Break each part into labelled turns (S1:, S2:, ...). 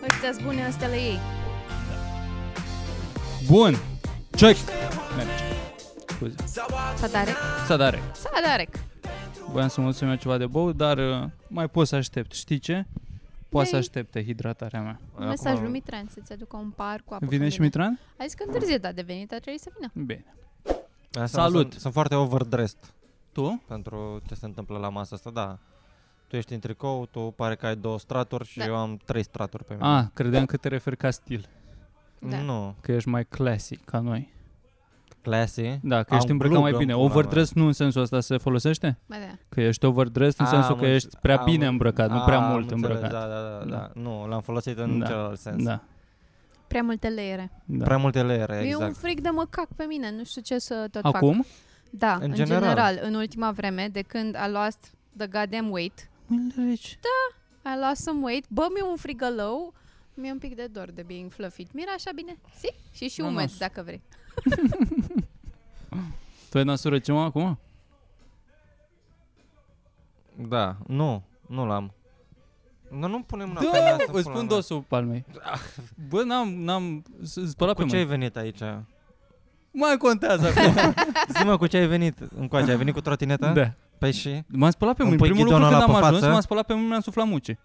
S1: astea sunt Păi, bune, astea la ei.
S2: Bun. Check. Merge. Scuze.
S1: Sadarec.
S2: Sadare.
S1: Sadarec.
S2: Voiam să mulțumim eu ceva de bou, dar uh, mai pot să aștept. Știi ce? Poate să
S1: Ei.
S2: aștepte hidratarea mea.
S1: Un mesaj lui Mitran să-ți aducă un par cu apă.
S2: Vine și
S1: caldă.
S2: Mitran?
S1: A zis că întârzie, dar da, de venit a trebuit să vină.
S2: Bine.
S3: Asta
S2: Salut!
S3: Sunt, sunt foarte overdressed
S2: Tu?
S3: pentru ce se întâmplă la masă asta, da. Tu ești în tricou, tu pare că ai două straturi și
S1: Da.
S3: da. eu am trei straturi pe mine.
S2: A, Ah, credeam că te referi ca stil,
S1: Da.
S3: Nu,
S2: că ești mai classic ca noi.
S3: classy.
S2: Da, că
S3: Am
S2: ești îmbrăcat
S3: glugă
S2: mai
S3: în
S2: bine.
S3: pula mea.
S2: Overdress nu în sensul ăsta se folosește?
S1: Ba da.
S2: Că ești overdressed în
S3: A,
S2: sensul
S3: am
S2: că
S3: înțe-
S2: ești prea
S3: am-
S2: bine îmbrăcat, Da, nu
S3: A,
S2: prea
S3: am
S2: mult
S3: înțeles,
S2: îmbrăcat.
S3: Da, da, da,
S2: Da.
S3: da, Nu, l-am folosit în
S2: Da.
S3: celălalt sens.
S2: Da,
S1: Prea multe leere.
S2: da.
S3: Prea multe leere,
S1: Exact. E un
S3: exact.
S1: fric de măcac pe mine, nu știu ce să tot fac.
S2: Acum?
S1: Da, în,
S3: În
S1: general.
S3: general.
S1: general, în ultima vreme, de când a luat the goddamn weight, a luat some weight, bă, mi-e un frigălău, mi-e un pic de dor de being fluffy. Mira așa bine, si? Și și
S2: Nanos.
S1: umed, dacă vrei.
S2: Tu ai nasură ce mă acum?
S3: Da, nu, nu l-am. Nu, nu punem mâna pe
S2: Da,
S3: nas,
S2: îți
S3: pula
S2: spun
S3: mea.
S2: dosul palmei. Bă, n-am, n-am s- spălat pe
S3: Cu ce ai
S2: mâini.
S3: venit aici?
S2: Mai contează acum.
S3: Zi-mă, cu ce ai venit încoace? Ai venit cu trotineta?
S2: Da.
S3: Păi și?
S2: M-am spălat pe
S3: Îmi
S2: mâini.
S3: pui
S2: Primul lucru
S3: ghidonul
S2: când
S3: ăla
S2: am
S3: pe
S2: ajuns,
S3: față?
S2: m-am spălat pe mâini, mi-am suflat muce.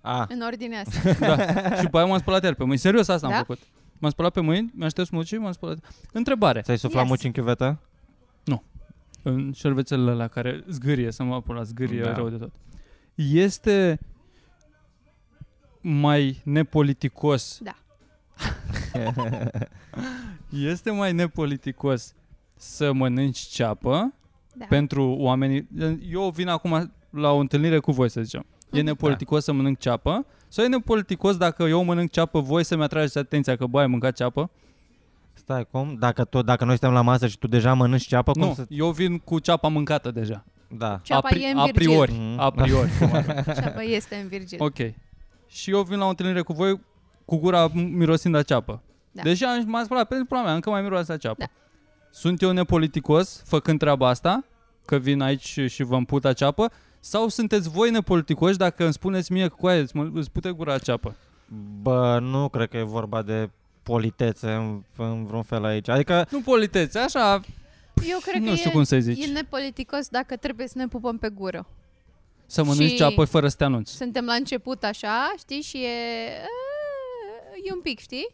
S2: Ah.
S3: A,
S1: În ordinea asta.
S2: Da. Și după aia m-am spălat iar pe mâini. Serios, asta
S1: Da?
S2: am făcut. M-am spălat pe mâini, mi-am șters mucii, m-am spălat. Întrebare.
S3: ți-ai suflat
S1: Yes.
S3: muci în chiuvetă?
S2: În șervețelele la care zgârie, să mă apun la zgârie
S3: Da.
S2: rău de tot. Este mai nepoliticos
S1: Da.
S2: Este mai nepoliticos să mănânci ceapă
S1: Da.
S2: pentru oamenii... Eu vin acum la o întâlnire cu voi, să zicem. E
S1: Mhm.
S2: nepoliticos să mănânc ceapă? Sau e nepoliticos dacă eu mănânc ceapă, voi să-mi atrageți atenția că, bă, ai mâncat ceapă?
S3: Stai, cum? Dacă, tu, dacă noi suntem la masă și tu deja mănânci ceapă, cum
S2: nu,
S3: să...
S2: eu vin cu ceapa mâncată deja.
S3: Da.
S1: Ceapa
S2: a, pri-
S1: e în
S2: a
S1: Virgil.
S2: priori.
S3: Mhm.
S2: A priori. cum ar fi.
S1: Ceapa este în Virgil.
S2: ok. Și eu vin la o întâlnire cu voi cu gura mirosind a ceapă.
S1: Da.
S2: Deja am- m-am spălat pentru pula mea, încă mai miroase a ceapă.
S1: Da.
S2: Sunt eu nepoliticos făcând treaba asta? Că vin aici și- și vă împut a ceapă? Sau sunteți voi nepoliticoși dacă îmi spuneți mie că coaie, îți, mă- îți pute gura a ceapă?
S3: Bă, nu cred că e vorba de politețe în, în vreun fel aici. Adică,
S2: Nu politeți, așa,
S1: Eu cred
S2: nu
S1: că
S2: știu
S1: e,
S2: cum să zici.
S1: e nepoliticos dacă trebuie să ne pupăm pe gură.
S2: Să mănânci
S1: și-
S2: ceapă fără să te anunți.
S1: Suntem la început așa, știi, și e... E un pic, știi?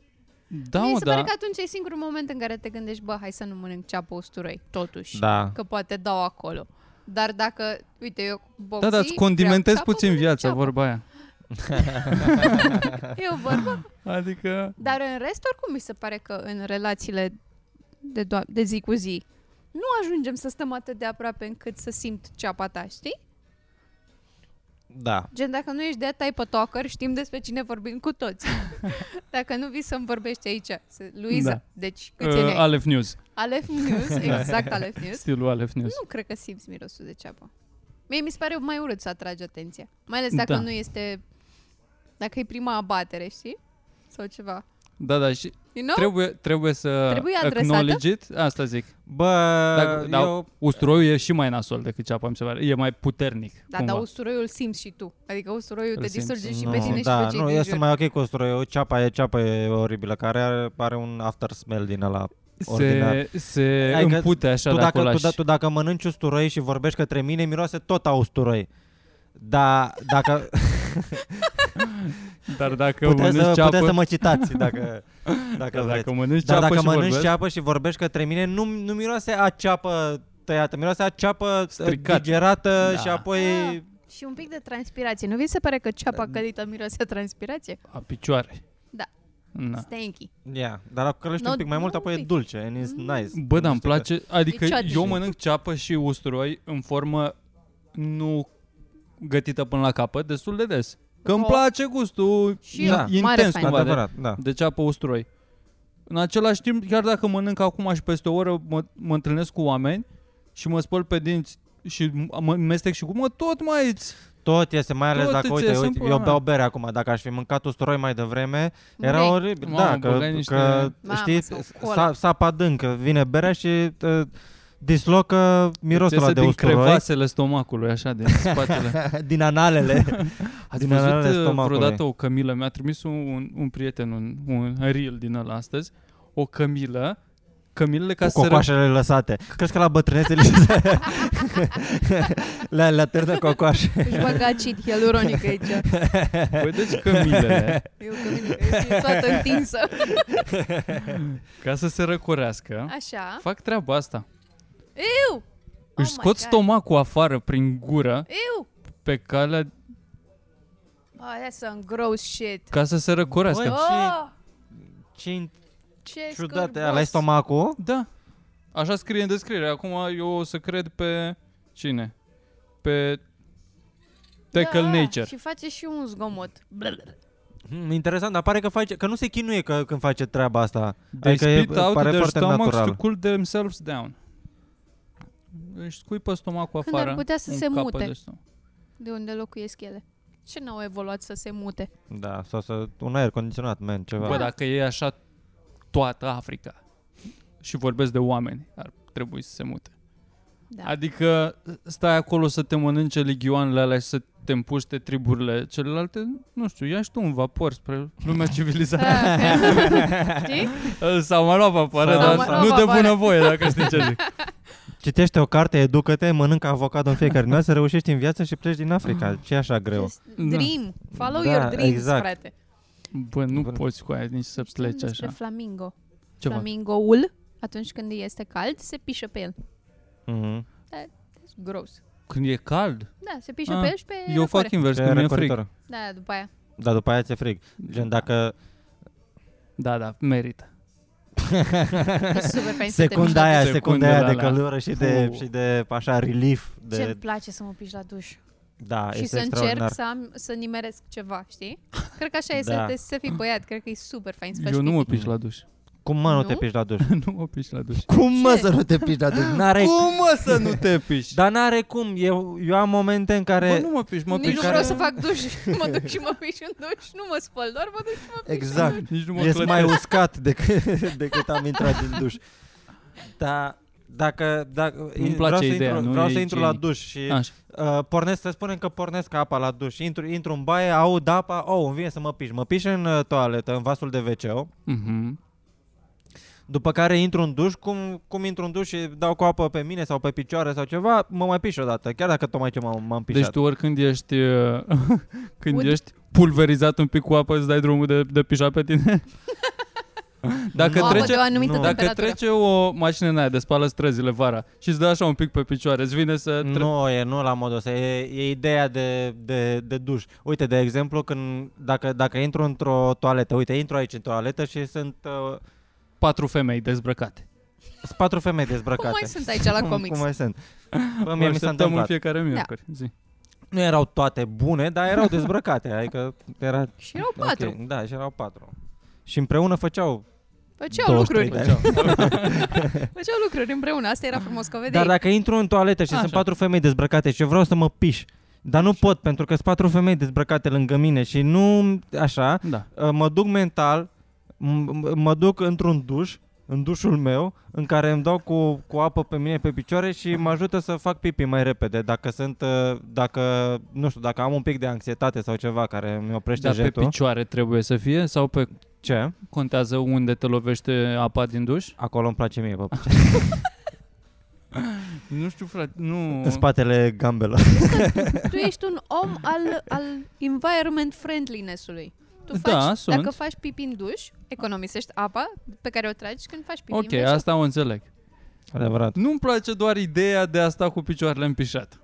S2: Da,
S1: Mie
S2: mă,
S1: se
S2: da.
S1: pare că atunci e singurul moment în care te gândești, bă, hai să nu mănânc ceapă usturoi, totuși.
S3: da.
S1: Că poate dau acolo. Dar dacă, uite, eu cu boxii,
S2: Da, da, îți condimentezi
S1: vreau ceapă,
S2: puțin
S1: mănânc
S2: viața,
S1: ceapă.
S2: vorba aia.
S1: E o vorbă.
S2: Adică...
S1: Dar în rest, oricum, mi se pare că în relațiile de, do- de zi cu zi, nu ajungem să stăm atât de aproape încât să simt ceapa ta, știi?
S3: Da.
S1: Gen, dacă nu ești de type of talker, știm despre cine vorbim cu toți. dacă nu vii să-mi vorbești aici, să- Luiza,
S2: Da.
S1: deci câți uh,
S2: Uh,
S1: Ale-
S2: Alef News,
S1: Alef News, exact Alef News.
S2: stilul Alef News.
S1: Nu cred că simți mirosul de ceapă. Mie mi se pare mai urât să atragi atenția. Mai ales dacă
S2: Da.
S1: nu este... Dacă e prima abatere, știi? Sau ceva.
S2: Da, da, și
S1: You know?
S2: Trebuie, trebuie să
S1: Trebuie adresată?
S2: acknowledge it, asta zic.
S3: Bă,
S2: Dacă- da,
S3: eu...
S2: Usturoiul e și mai nasol decât ceapa, mi se pare. E mai puternic,
S1: da,
S2: cumva.
S1: dar usturoiul simți și tu. Adică usturoiul
S2: Îl
S1: te
S2: simți.
S1: distruge și
S3: nu,
S1: pe tine și
S3: da,
S1: pe cei
S3: nu,
S1: din
S3: este
S1: jur.
S3: mai ok cu usturoiul. Ceapa e, ceapa e oribilă, care are, are un after smell din ăla. ordinar.
S2: se, se
S3: Adică
S2: împute așa
S3: tu,
S2: de
S3: dacă,
S2: acolo
S3: tu,
S2: și-
S3: da- tu, dacă mănânci usturoi și vorbești către mine, miroase tot a usturoi. Da, dacă
S2: Dar dacă
S3: puteți
S2: mănânci
S3: să,
S2: ceapă,
S3: puteți să mă citați dacă, dacă
S2: dar
S3: vreți.
S2: dacă mănânci
S3: Dar
S2: ceapă
S3: dacă
S2: Deci și
S3: mănânci
S2: vorbesc,
S3: ceapă și vorbești către mine, nu, nu miroase a ceapă tăiată, miroase a ceapă
S2: Stricat.
S3: Stricat. digerată
S2: Da.
S3: da. și apoi...
S1: Ah, și un pic de transpirație. Nu vi se pare că ceapa
S3: Da.
S1: călită miroase a transpirație?
S2: a picioare.
S1: Da.
S2: Na.
S1: Stanky.
S3: Yeah, dar dacă călești
S1: Da. No,
S3: un pic mai mult,
S1: nu
S3: apoi
S1: un
S3: e
S1: pic. Mm.
S3: dulce and it's nice.
S2: Bă,
S3: Nu
S2: dar îmi
S3: știu
S2: place, adică
S1: Picioare.
S2: eu mănânc ceapă și usturoi în formă nu gătită până la capăt, destul de des. Că îmi
S1: Oh.
S2: place gustul
S1: Și
S2: in-
S3: eu, mare
S2: intens
S1: fain.
S2: cumva de,
S3: Că... Da. Adevărat, da.
S2: de ceapă usturoi. În același timp, chiar dacă mănânc acum și peste o oră mă, mă întâlnesc cu oameni și mă spăl pe dinți și m- mă mestec și cu mă, tot mai îți...
S3: Tot este, mai ales
S2: Tot
S3: dacă,
S2: îți
S3: uite,
S2: iese în
S3: uite
S2: pula
S3: eu
S2: mea.
S3: beau bere acum, dacă aș fi mâncat usturoi mai devreme, era
S1: Mureai.
S3: oribil.
S2: Mamă,
S3: da, că,
S2: băgai niște-
S3: că
S1: Mamă,
S3: știi,
S1: sau cola.
S3: sa, sap adânc, că vine berea și uh, dislocă mirosul ăla
S2: Iese
S3: de
S2: din
S3: usturoi,
S2: crevasele stomacului, așa, din spatele.
S3: din analele.
S2: Ați
S3: din analele
S2: văzut uh,
S3: stomacului.
S2: vreodată o cămilă? Mi-a trimis un, un, un prieten, un, un reel din ăla astăzi, o cămilă, cămilele ca
S3: Cu
S2: să se ră-
S3: cocoașele lăsate. Crezi că la bătrânețe li se... le, le atârnă cocoașe.
S1: Își băga acid hialuronic aici.
S2: Păi deci cămilele,
S1: Eu că mine, e toată întinsă.
S2: ca să se răcorească,
S1: Așa.
S2: fac treaba asta.
S1: Iu!
S2: Își
S1: Oh my
S2: scot
S1: God.
S2: stomacul afară prin gură
S1: Iu!
S2: pe calea
S1: Oh, that's some gross shit.
S2: ca să se răcorească.
S3: Băi,
S1: Oh,
S3: Ce
S1: ce
S3: ciudat,
S1: scârbos.
S3: ăla e stomacul?
S2: Da. Așa scrie în descriere. Acum eu o să cred pe cine? Pe Tackle
S1: da,
S2: Nature.
S1: Și face și un zgomot.
S3: Hmm, interesant, dar pare că, face, că nu se chinuie că, când face treaba asta.
S2: They
S3: Adică e-
S2: spit out
S3: pare
S2: their
S3: foarte
S2: stomachs
S3: natural.
S2: to cool themselves down. Își scuipă stomacul
S1: Când ar
S2: afară.
S1: putea să
S2: un
S1: se
S2: capăt
S1: mute.
S2: de stomac.
S1: De unde locuiesc ele? Ce n-au evoluat să se mute?
S3: Da, sau să, un aer condiționat, man, ceva.
S2: Bă, dacă e așa toată Africa și vorbesc de oameni, ar trebui să se mute.
S1: Da.
S2: Adică stai acolo să te mănânce ligioanele alea și să te împuște triburile celelalte, nu știu, ia și tu un vapor spre lumea
S3: Da.
S2: civilizată.
S1: Da. Știi?
S2: S-au mai luat vapoare,
S3: S-au
S2: dar
S3: mai
S1: luat
S2: nu de
S1: vapoare.
S2: bunăvoie, dacă știi da, ce zic.
S3: Citește o carte, educă-te, mănâncă avocado în fiecare dimineață, reușești în viață și pleci din Africa. Ce e așa greu?
S1: Just Dream. Follow
S3: Da,
S1: your dreams,
S3: exact.
S1: frate.
S2: Bă, nu
S3: Bun.
S2: poți cu aia nici să pleci
S1: Știm despre
S2: așa.
S1: flamingo.
S2: Ceva.
S1: Flamingoul, atunci când este cald, se pișă pe el.
S3: Mhm.
S1: That's gross.
S2: Când e cald,
S1: Da, se pișă
S2: Ah,
S1: pe el și pe
S2: eu fac
S1: răcoare.
S2: invers,
S3: Ce
S2: când mi-e
S3: răcoritor.
S2: frig.
S1: Da, după aia.
S3: Da, după aia ți-e frig. Gen, dacă
S2: Da, da, merită.
S1: E super fain să te miști
S3: secunda
S1: la
S3: aia,
S2: duci.
S3: secunda aia de
S2: Secundele alea.
S3: căldură și de,
S2: Puh.
S3: și de așa relief.
S1: duș. Ce-mi
S3: De,
S1: place să mă piș la duș.
S3: da,
S1: și
S3: este
S1: să încerc
S3: extraordinar.
S1: să, am, să nimeresc ceva, știi? Cred că așa e
S3: Da.
S1: să, te, să fii băiat, cred că e super fain să faci
S2: Eu nu mă
S1: pipi.
S2: piș la duș.
S3: Cum mă nu,
S1: Nu?
S3: te piși la duș?
S2: nu mă piș la duș.
S3: Cum
S1: mă Ce? să
S3: nu te piși la duș? Da, N-are
S2: Cum mă să nu te piși?
S3: Dar n-are cum, eu, eu am momente în
S2: Bă,
S3: care...
S2: nu mă piș, mă
S1: Nici
S2: piș.
S1: nu vreau să fac duș, mă duc și mă piș în duș, nu mă spăl, doar mă duc și mă piș în duș.
S3: exact.
S2: Nici nu mă
S3: Ești mai
S2: clătesc.
S3: uscat decât, decât am intrat din duș. Dar dacă, dacă
S2: Nu-mi place
S3: vreau să
S2: ideea,
S3: intru,
S2: nu
S3: vreau
S2: e Ah.
S3: să intru la
S2: igienic.
S3: duș și
S2: Așa.
S1: Deci
S3: uh, pornesc, să spunem că pornesc apa la duș, intru, intru în baie, aud apa, oh, îmi vine să mă piș. Mă piș în uh, toaletă, în vasul de wc
S2: Mhm.
S3: după care intru în duș, cum, cum intru în duș și dau cu apă pe mine sau pe picioare sau ceva, mă mai piș odată, chiar dacă tocmai ce m-am, m-am pișat.
S2: Deci tu oricând ești, uh, când
S1: Ud.
S2: ești pulverizat un pic cu apă, îți dai drumul de, de pișa pe tine? Dacă
S3: Nu.
S1: Apă
S2: trece,
S1: de o anumită
S3: nu.
S2: Dacă
S1: temperatură.
S2: trece o mașină în aia de spală străzile vara și îți dă așa un pic pe picioare, îți vine să... Tre-
S3: Nu, e nu la modul ăsta, e, e ideea de, de, de duș. Uite, de exemplu, când, dacă, dacă intru într-o toaletă, uite, intru aici în toaletă și sunt uh,
S2: Patru femei dezbrăcate.
S3: sunt patru femei dezbrăcate.
S1: Cum mai sunt aici la
S3: Cum-
S1: comics?
S3: Cum mai sunt? Bă,
S2: Mă
S3: mie mi s-a
S2: așteptăm în
S3: întâmplat.
S2: fiecare miercuri.
S1: Da.
S2: Zi.
S3: Nu erau toate bune, dar erau dezbrăcate, adică era...
S1: Și erau
S3: ok,
S1: patru,
S3: da, și erau patru. Și împreună făceau
S1: făceau
S3: 23
S1: lucruri,
S2: Exact.
S3: de ani.
S2: Deci, da.
S1: făceau lucruri împreună, asta era frumos că o vedeai.
S3: Dar dacă intru în toaletă și
S2: Așa.
S3: sunt patru femei dezbrăcate și eu vreau să mă piș, dar nu pot pentru că sunt patru femei dezbrăcate lângă mine și nu așa,
S2: Da.
S3: uh, mă duc mental, m- m- mă duc într-un duș, în dușul meu, în care îmi dau cu, cu apă pe mine pe picioare și mă ajută să fac pipi mai repede. Dacă sunt, uh, dacă, nu știu, dacă am un pic de anxietate sau ceva care mi oprește
S2: Dar pe
S3: jetul.
S2: picioare trebuie să fie sau pe
S3: Ce?
S2: contează unde te lovește apa din duș?
S3: Acolo îmi place mie, pe picioare.
S2: Nu știu, frate, nu...
S3: În spatele gambelor.
S1: Tu ești un om al, al environment friendliness-ului. Tu
S2: Da,
S1: faci,
S2: sunt.
S1: Dacă faci pipi în duș, economisești apa pe care o tragi când faci pipi
S2: Ok,
S1: în duș.
S2: asta o înțeleg.
S3: Adevărat.
S2: Nu-mi place doar ideea de a sta cu picioarele în pișat.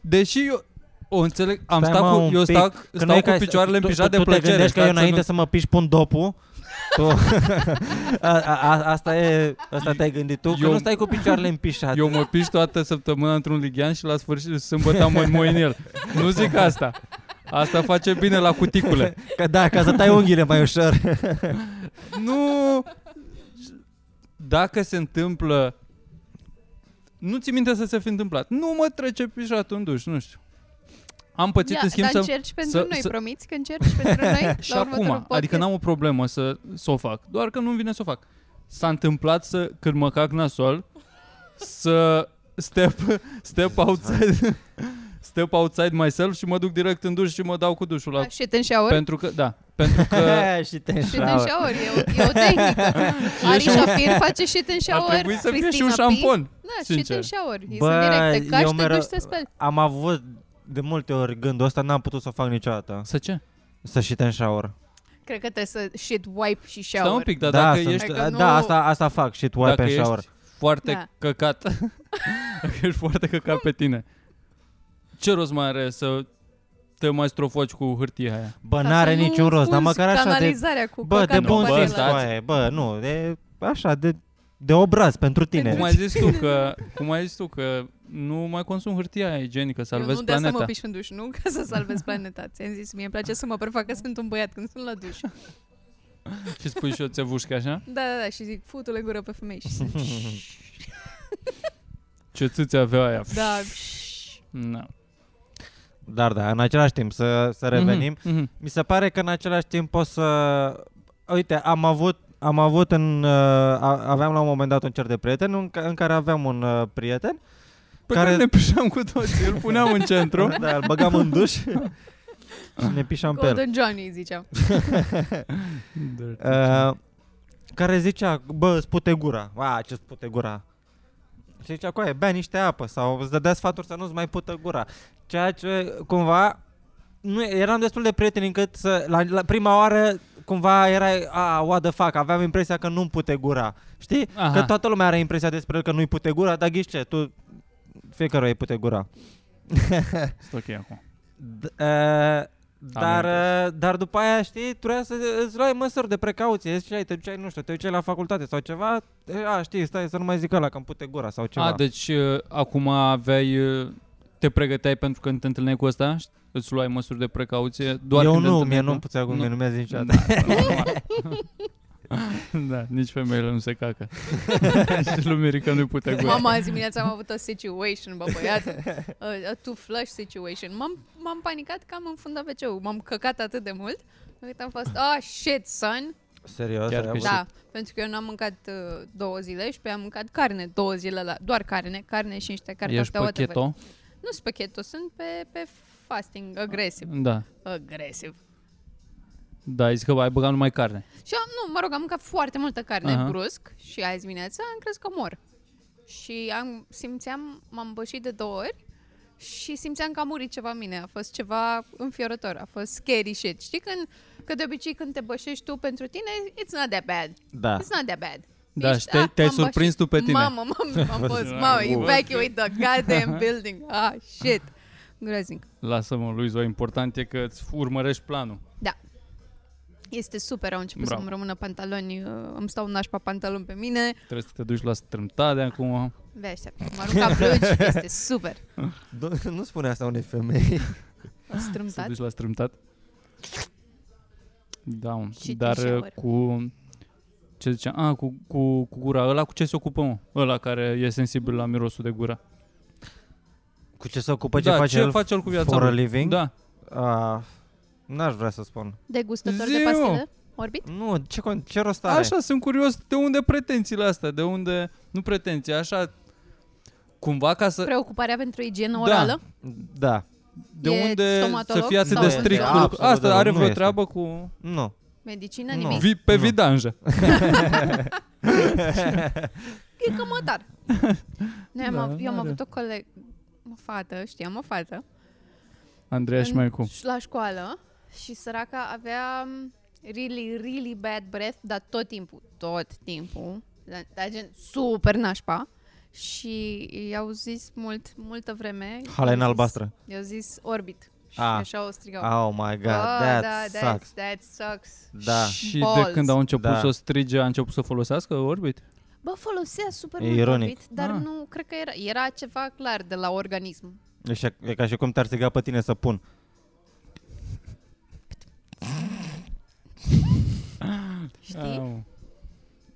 S2: Deși eu o înțeleg, am
S3: Stai,
S2: stat cu,
S3: mă, un
S2: eu
S3: pic,
S2: stau,
S3: că nu
S2: stau
S3: e
S2: cu
S3: ca-
S2: picioarele în
S3: tu-
S2: pișat
S3: tu,
S2: de
S3: tu
S2: plăcere.
S3: te gândești că
S2: stai
S3: eu
S2: să
S3: înainte
S2: nu-
S3: să mă piși pun dopul? Tu... a, a, a, asta e, asta te-ai gândit tu,
S2: Eu-
S3: că nu stai cu picioarele împișate.
S2: Eu mă piș toată săptămâna într-un lighean și la sfârșit sâmbătă mă înmoi în el. Nu zic asta. Asta face bine la cuticule.
S3: Că da, ca să tai unghiile mai ușor.
S2: Nu... Dacă se întâmplă... Nu ți minte să se fi întâmplat. Nu mă trece pișatul în duș, nu știu. Am pățit
S1: da,
S2: în schimb
S1: dar
S2: să...
S1: încerci pentru
S2: să-
S1: noi,
S2: să-
S1: promiți că încerci pentru noi
S2: Și
S1: la următorul
S2: acum,
S1: podcast.
S2: adică n-am o problemă să, să o fac, doar că nu-mi vine să o fac. S-a întâmplat să, când mă cac nasol, să step, step outside step outside myself și mă duc direct în duș și mă dau cu dușul la...
S1: A, Shit and shower?
S2: Pentru că, da, pentru că
S3: și te
S1: Shit and shower, e o, e o tehnică. Ari Shafir face shit and
S2: ar
S1: shower.
S2: trebui să fie și
S1: Cristina
S2: un
S1: Pi.
S2: șampon.
S1: Da, shit
S2: sincer.
S1: and shower. Ei
S3: Bă,
S1: sunt direct, te
S3: eu
S1: cași, te
S3: mereu-
S1: duci, te speli.
S3: Am avut de multe ori gândul ăsta, n-am putut să o fac niciodată.
S2: Să ce?
S3: Să shit and shower.
S1: Cred că trebuie să shit, wipe și shower.
S2: Stau un pic, dar dacă
S3: să-
S2: ești,
S1: Adică nu-
S3: da asta, asta fac, shit, wipe
S2: dacă
S3: and shower.
S2: ești foarte
S1: Da.
S2: căcat, dacă ești foarte căcat pe tine, ce rost mai are să te mai strofoci cu hârtia aia?
S3: Bă,
S1: Ca să
S3: n-are
S1: nu
S3: niciun rost, dar
S1: fulgi
S3: măcar așa de...
S1: canalizarea cu
S3: Bă, de
S1: căcatul
S3: bun
S1: pe
S2: bă,
S3: simț,
S1: acela.
S2: stați.
S3: coaie, bă, nu, de, așa, de, de obraz pentru tine.
S2: Păi Cum ai zis tu că, cum ai zis tu că nu mai consum hârtia aia igienică,
S1: Eu
S2: salvezi
S1: nu de asta mă
S2: planeta.
S1: piș în duș, nu ca să salvez planeta. Ți-am zis, mie îmi place să mă prefac că sunt un băiat când sunt la duș.
S2: Și spui și o țevușcă așa?
S1: Da, da, da, și zic, futu-le gură pe femei și sunt,
S2: Ce ți avea aia?
S1: da,
S2: Na.
S3: Dar da, în același timp să, să revenim.
S2: Mhm, mhm.
S3: Mi se pare că în același timp poți să... Uite, am avut, am avut în... uh, a- aveam la un moment dat un cer de prieteni în, ca- în care aveam un uh, prieten.
S2: Pe
S3: Care-
S2: care ne pișam cu toții, îl puneam în centru.
S3: Da, îl băgam în duș și ne pișam pe el.
S1: Golden Johnny, ziceam.
S3: Uh, care zicea, bă, îți pute gura. A, ce îți pute gura? Și zicea, coaie, bea niște apă sau îți dădea sfaturi să nu-ți mai pută gura. Ceea ce, cumva, nu, eram destul de prieteni încât să, la, la prima oară, cumva erai, a, what the fuck, aveam impresia că nu-mi pute gura. Știi? Aha. Că
S2: Aha.
S3: toată lumea are impresia despre el că nu-i pute gura, dar ghiși ce, tu, fiecare îi pute gura.
S2: Sunt ok acum.
S3: D- uh, dar, uh, dar după aia, știi, trebuia să îți luai măsuri de precauție. Îți ziceai, te duceai, nu știu, te duceai la facultate sau ceva. e, A, știi, stai să nu mai zic ăla că îmi pute gura sau ceva.
S2: A, deci uh, acum aveai... uh, Te pregăteai pentru când te întâlneai cu ăsta? Șt- Îți luai măsuri de precauție? Doar
S3: Eu
S2: când te
S3: nu,
S2: întâlneai
S3: mie
S2: cu-
S3: nu-mi putea
S2: Nu.
S3: gura, nu mi-a zis niciodată.
S2: Da. da, nici femeile nu se cacă. Și lumii că nu-i putea gura.
S1: Mama, azi dimineața am avut o situation, bă băiat, Uh, a, a two flush situation. M-am, m-am panicat că am înfundat wc M-am căcat atât de mult, încât am fost, ah, shit, son.
S3: Serios?
S2: Chiar
S3: ai
S2: că
S3: avut?
S2: și-
S1: Da, pentru că eu nu am mâncat uh, două zile și pe am mâncat carne două zile, la, doar carne, carne și niște
S2: Ești
S1: cartofi.
S2: pe keto?
S1: Nu sunt pe keto, sunt pe, pe fasting, agresiv.
S2: Da.
S1: Agresiv.
S2: Da, ai zis că ai băgat numai carne.
S1: Și am, nu, mă rog, am mâncat foarte multă carne
S2: Aha.
S1: uh-huh. brusc și azi dimineața am crezut că mor. Și am, simțeam, m-am bășit de două ori și simțeam că a murit ceva în mine. A fost ceva înfiorător, a fost scary shit. Știi când, că de obicei când te bășești tu pentru tine, it's not that bad.
S3: Da.
S1: It's not that bad.
S2: Da,
S1: Ești-
S2: și te-
S1: ah,
S2: te-ai
S1: m-am bășit.
S2: surprins tu pe tine.
S1: Mamă, mamă, am fost, mamă, evacuate the goddamn building. Ah, shit. Groaznic.
S2: Lasă-mă, Luizo, important e că îți urmărești planul.
S1: Da. Este super, au început
S2: Bravo.
S1: să-mi rămână pantaloni, uh, îmi stau nașpa pantaloni pe mine.
S2: Trebuie să te duci la strâmtade acum.
S1: Abia aștept. Mă arunc la blugi, este super.
S3: Du- Nu spune asta unei femei.
S2: Să
S1: Strâmtat.
S2: duci la strâmtat? Da, mă.
S1: Și
S2: dar
S1: tu shower.
S2: cu... Ce ziceam? A, cu, cu, cu gura. Ăla cu ce se ocupă, mă? Ăla care e sensibil la mirosul de gură.
S3: Cu ce se ocupă, Păi ce
S2: da,
S3: face
S2: ce
S3: el?
S2: face el cu viața
S3: for a
S2: lui?
S3: living?
S2: Da.
S3: A, N-aș vrea să spun.
S1: Degustător
S2: Zi,
S1: de
S2: mă.
S1: pastile? Orbit?
S3: Nu, ce, con- ce rost are?
S2: Așa, sunt curios de unde pretențiile astea, de unde... Nu pretenții, așa... Cumva ca să...
S1: Preocuparea pentru igienă
S2: Da.
S1: orală?
S3: Da.
S2: De
S1: E
S2: unde să
S1: stomatolog
S2: fie atât
S1: sau
S2: de
S1: unde?
S2: strict cu
S1: Absolut
S2: lucru-
S3: deloc,
S2: Asta are
S3: nu
S2: vreo
S3: este.
S2: treabă cu...
S3: Nu.
S1: Medicină?
S3: Nu.
S1: Nimic?
S2: Vi, pe
S3: Nu.
S2: vidanjă.
S1: E cam mătar. Noi am,
S2: Da,
S1: av- eu am
S2: are.
S1: avut o colegă, o fată, știam o fată,
S2: Andreea și
S1: în-
S2: mai cum.
S1: și la școală și săraca avea mm, really, really bad breath, dar tot timpul, tot timpul, dar, dar gen super nașpa. Și i-au zis mult, multă vreme.
S3: Hala
S1: i-au
S3: în
S1: zis-
S3: albastră.
S1: I-au zis orbit. Și
S3: Ah.
S1: așa o strigau.
S3: Oh my god, that
S1: da, that's-
S3: sucks.
S1: That sucks.
S3: Da.
S2: Și de
S1: Balls.
S2: când au început
S3: Da.
S2: să o strige, a început să folosească Orbit?
S1: Bă, folosea super
S3: E
S1: mult
S3: ironic.
S1: Orbit, dar
S2: Ah.
S1: nu, cred că era, era ceva clar de la organism.
S3: E, și, e ca și cum te-ar striga pe tine să pun.
S1: Știi? Păi
S2: Au.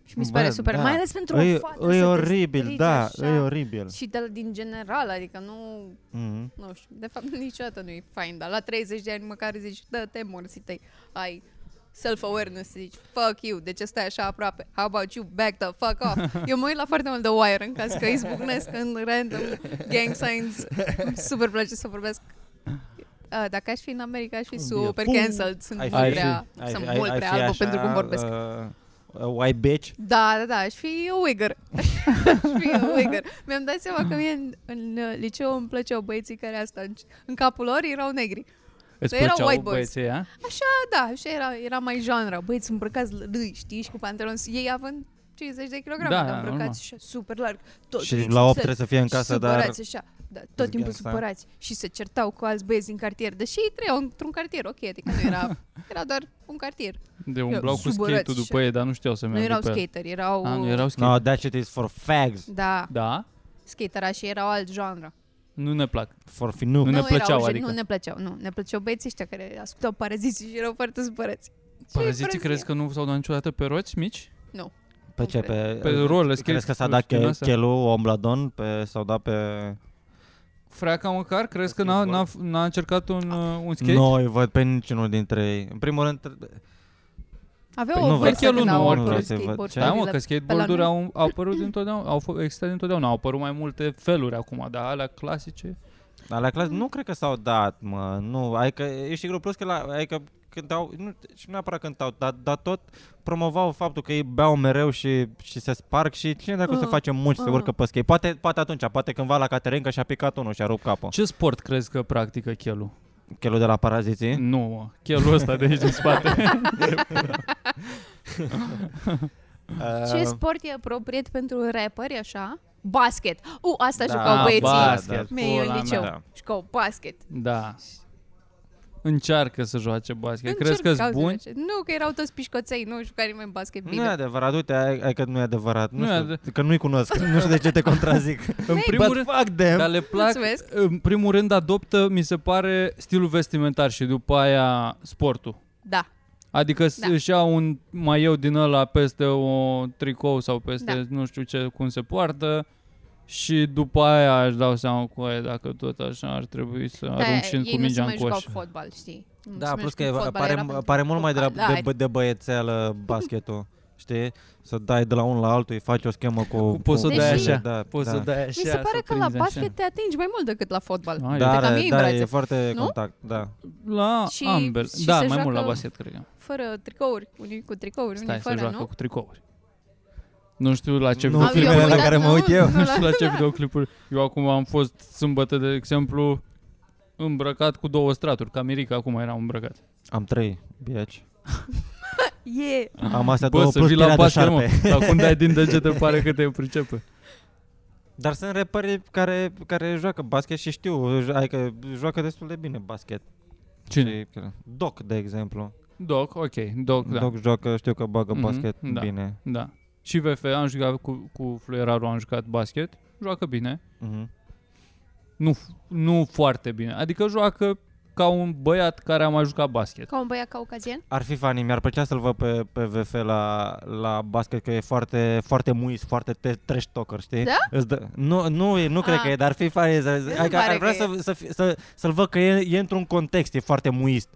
S1: Și mi se pare
S3: Bă,
S1: super,
S3: da.
S1: mai ales pentru
S3: e,
S1: o fată să
S3: e
S1: te
S3: oribil,
S1: strige
S3: da,
S1: așa.
S3: e oribil.
S1: Și de, din general, adică nu,
S3: Mm-hmm.
S1: nu știu, de fapt niciodată nu e fain, dar la 30 de ani măcar zici, dă te morții tăi, ai self-awareness să zici, fuck you, de ce stai așa aproape? How about you? Back the fuck off. Eu mă uit la foarte mult de Wire în caz că îi zbucnesc în random gang signs. Îmi super place să vorbesc. Uh, dacă aș fi în America, aș fi super
S3: Pum.
S1: cancelled. Sunt,
S2: fi-
S1: prea, sunt mult prea albă pentru cum vorbesc.
S3: Uh, white bitch.
S1: Da, da, da, aș fi o wigger. aș fi o wigger. Mi-am dat seama că mie în, în uh, liceu îmi plăceau băieții care asta în, în capul lor erau negri.
S2: Îți
S1: erau
S2: plăceau
S1: white boys.
S2: băieții, a?
S1: Așa, da, așa era, era mai genre. Băieți îmbrăcați lărâi, știi, și cu pantaloni. Ei având 50 de kilograme,
S2: Da,
S1: dar
S2: normal.
S1: îmbrăcați așa, super larg. Tot
S3: Și
S1: timpul
S3: la 8
S1: se-
S3: trebuie să fie în casă, dar...
S1: supărați așa. Da, tot timpul
S3: asta.
S1: supărați și se certau cu alți băieți din cartier, deși ei trăiau într-un cartier, ok, adică nu era, era doar un cartier.
S2: De umblau cu
S1: supărați
S2: skate-ul
S1: și-
S2: după ei, dar nu știau să
S1: Nu
S2: meargă
S1: erau
S2: pe el.
S1: skater, erau...
S2: A, nu erau skate.
S3: No, that shit is for fags,
S1: Da,
S2: Da,
S1: skaterașii erau alt genre.
S2: nu ne plac.
S1: Păi,
S3: for finuc.
S2: Nu ne
S1: erau
S2: plăceau,
S1: gen-
S2: adică.
S1: Nu ne plăceau, nu. Ne plăceau băieții ăștia care ascultau paraziții și erau foarte supărați. Păi, Ce
S2: Paraziții
S1: prăzie.
S2: crezi că nu s-au dat niciodată pe roți mici?
S3: Pe ce? Pe,
S2: Pe role, skate,
S3: Crezi că s-a
S2: pe
S3: dat
S2: skin
S3: che-
S2: astea?
S3: chelul Ombladon? Pe, s-au dat pe...
S2: Freaca măcar? Crezi că
S3: Pe
S2: n-a, n-a,
S3: skateboard.
S2: n-a încercat un, uh, un skate?
S3: Skate? Nu, îi văd pe niciunul dintre ei. În primul rând,
S1: Aveau
S3: Păi
S1: o
S3: nu vreau
S1: vârstă
S2: să-
S1: când
S2: nu,
S1: au
S2: nu
S1: apărut
S3: vreau să-i văd.
S1: skateboard.
S2: Da, mă,
S1: Ele-
S2: că
S1: pe
S2: skateboard-uri
S1: la
S2: au, au apărut dintotdeauna, au fost existat dintotdeauna, au apărut mai multe feluri acum, dar alea clasice.
S3: la clas
S1: Mm.
S3: nu cred că s-au dat, mă. Nu, adică ești greu plus că la, adică cântau, nu, și nu neapărat cântau, dar, dar tot promovau faptul că ei beau mereu și, și se sparg și cine dacă uh, să
S1: Ah,
S3: facem munci, uh. se
S1: ah.
S3: urcă pe skate. Poate, poate atunci, poate cândva la Caterinca și-a picat unul și-a rupt capul.
S2: Ce sport crezi că practică chelul?
S3: Chelul de la paraziții.
S2: Nu, mă, chelul ăsta de aici din spate.
S1: Mm. Ce sport e apropiat pentru rapperi, așa? Basket. U, asta
S3: Da,
S1: jucau băieții.
S2: Ah, basket.
S1: Mei
S2: pula
S1: în
S2: mea.
S1: liceu.
S3: da.
S1: Jucau basket.
S2: Da. Încearcă să joace basket. Crezi că
S1: Încercau
S2: sunt
S1: să
S2: buni?
S1: joace. Nu, că erau toți pișcoței, nu juca nimeni basket
S3: Nu e
S1: bine.
S3: adevărat, uite, ai, ai că nu e adevărat. Nu,
S2: Nu e
S3: știu,
S2: ade-
S3: că nu-i cunosc, nu știu de ce te contrazic.
S2: În
S3: But fuck them!
S2: Dar le plac,
S1: Mulțumesc.
S2: în primul rând adoptă, mi se pare, stilul vestimentar și după aia sportul.
S1: Da.
S2: Adică da.
S1: Da.
S2: își iau un maieu din ăla peste o tricou sau peste da.
S1: Da.
S2: nu știu ce, cum se poartă și după aia își dau seama cu aia dacă tot așa ar trebui să da, arunc și
S1: ei
S2: cu
S1: nu se
S2: mingea în
S1: mai
S2: coș.
S1: jucau fotbal, știi? Nu se
S3: Da,
S1: mai
S3: plus că
S1: jucau fotbal,
S3: apare,
S1: era pentru
S3: apare mult mai de, la,
S1: fotbal. Da,
S3: de, bă- de băiețeală basketul, știi? Să dai de la unul la altul, îi faci o schemă cu...
S2: Cu- Poți să
S1: Deși-
S2: dai așa,
S3: Da,
S2: poți
S3: da.
S2: să dai așa,
S1: Mi se pare
S2: să
S1: că la
S2: prinzi așa.
S1: basket te atingi mai mult decât la fotbal.
S2: Da,
S3: Da,
S1: Te cam
S3: da,
S1: iei în
S3: da,
S1: brațe.
S3: e foarte
S1: Nu?
S3: contact, da.
S2: La
S1: Și-
S2: ambele.
S1: și
S2: da,
S1: se
S2: mai mult la
S1: joacă-
S2: basket, cred că.
S1: Fără tricouri, unii cu tricouri,
S2: Stai,
S1: unii
S2: se
S1: fără,
S2: joacă
S1: nu?
S2: cu tricouri. Nu știu la ce
S3: Nu,
S1: Am- eu
S2: videoclipuri,
S3: filmele
S1: am
S3: la
S1: uitat,
S3: care mă
S1: nu,
S3: uit eu.
S1: nu
S2: nu
S1: la-
S2: știu la ce videoclipuri. Eu acum am fost sâmbătă, de exemplu, îmbrăcat cu două straturi, ca Mirica acum era îmbrăcat.
S3: Am trei, biaci.
S1: Yeah.
S3: Am astea
S2: Bă,
S3: două
S2: să
S3: plus
S2: vii la
S3: pielea de
S2: basket, mă,
S3: șarpe.
S2: dar cum dai din degete pare că te pricepe.
S3: Dar sunt repări care, care joacă basket și știu, jo- adică joacă destul de bine basket.
S2: Cine?
S3: Și- Doc, de exemplu.
S2: Doc, ok, Doc, da.
S3: Doc joacă, știu că bagă
S2: Mhm,
S3: basket
S2: da.
S3: bine.
S2: da. Și VF am jucat cu, cu Fluierarul, am jucat basket, joacă bine.
S3: Mhm.
S2: Nu, f- nu foarte bine, adică joacă ca un băiat care a mai jucat basket.
S1: Ca un băiat caucazian?
S3: Ar fi funny, mi-ar plăcea să-l văd pe, pe VF la, la basket, că e foarte, foarte muis, foarte te- trash talker, știi?
S1: Da?
S3: Îți dă... Nu, nu, e- nu cred
S1: Ah.
S3: că e, dar ar fi funny. Să, să-
S1: nu
S3: adică
S1: pare
S3: ar vrea
S1: că
S3: să, să, fi- să, să-l văd că e, e într-un context, e foarte muist.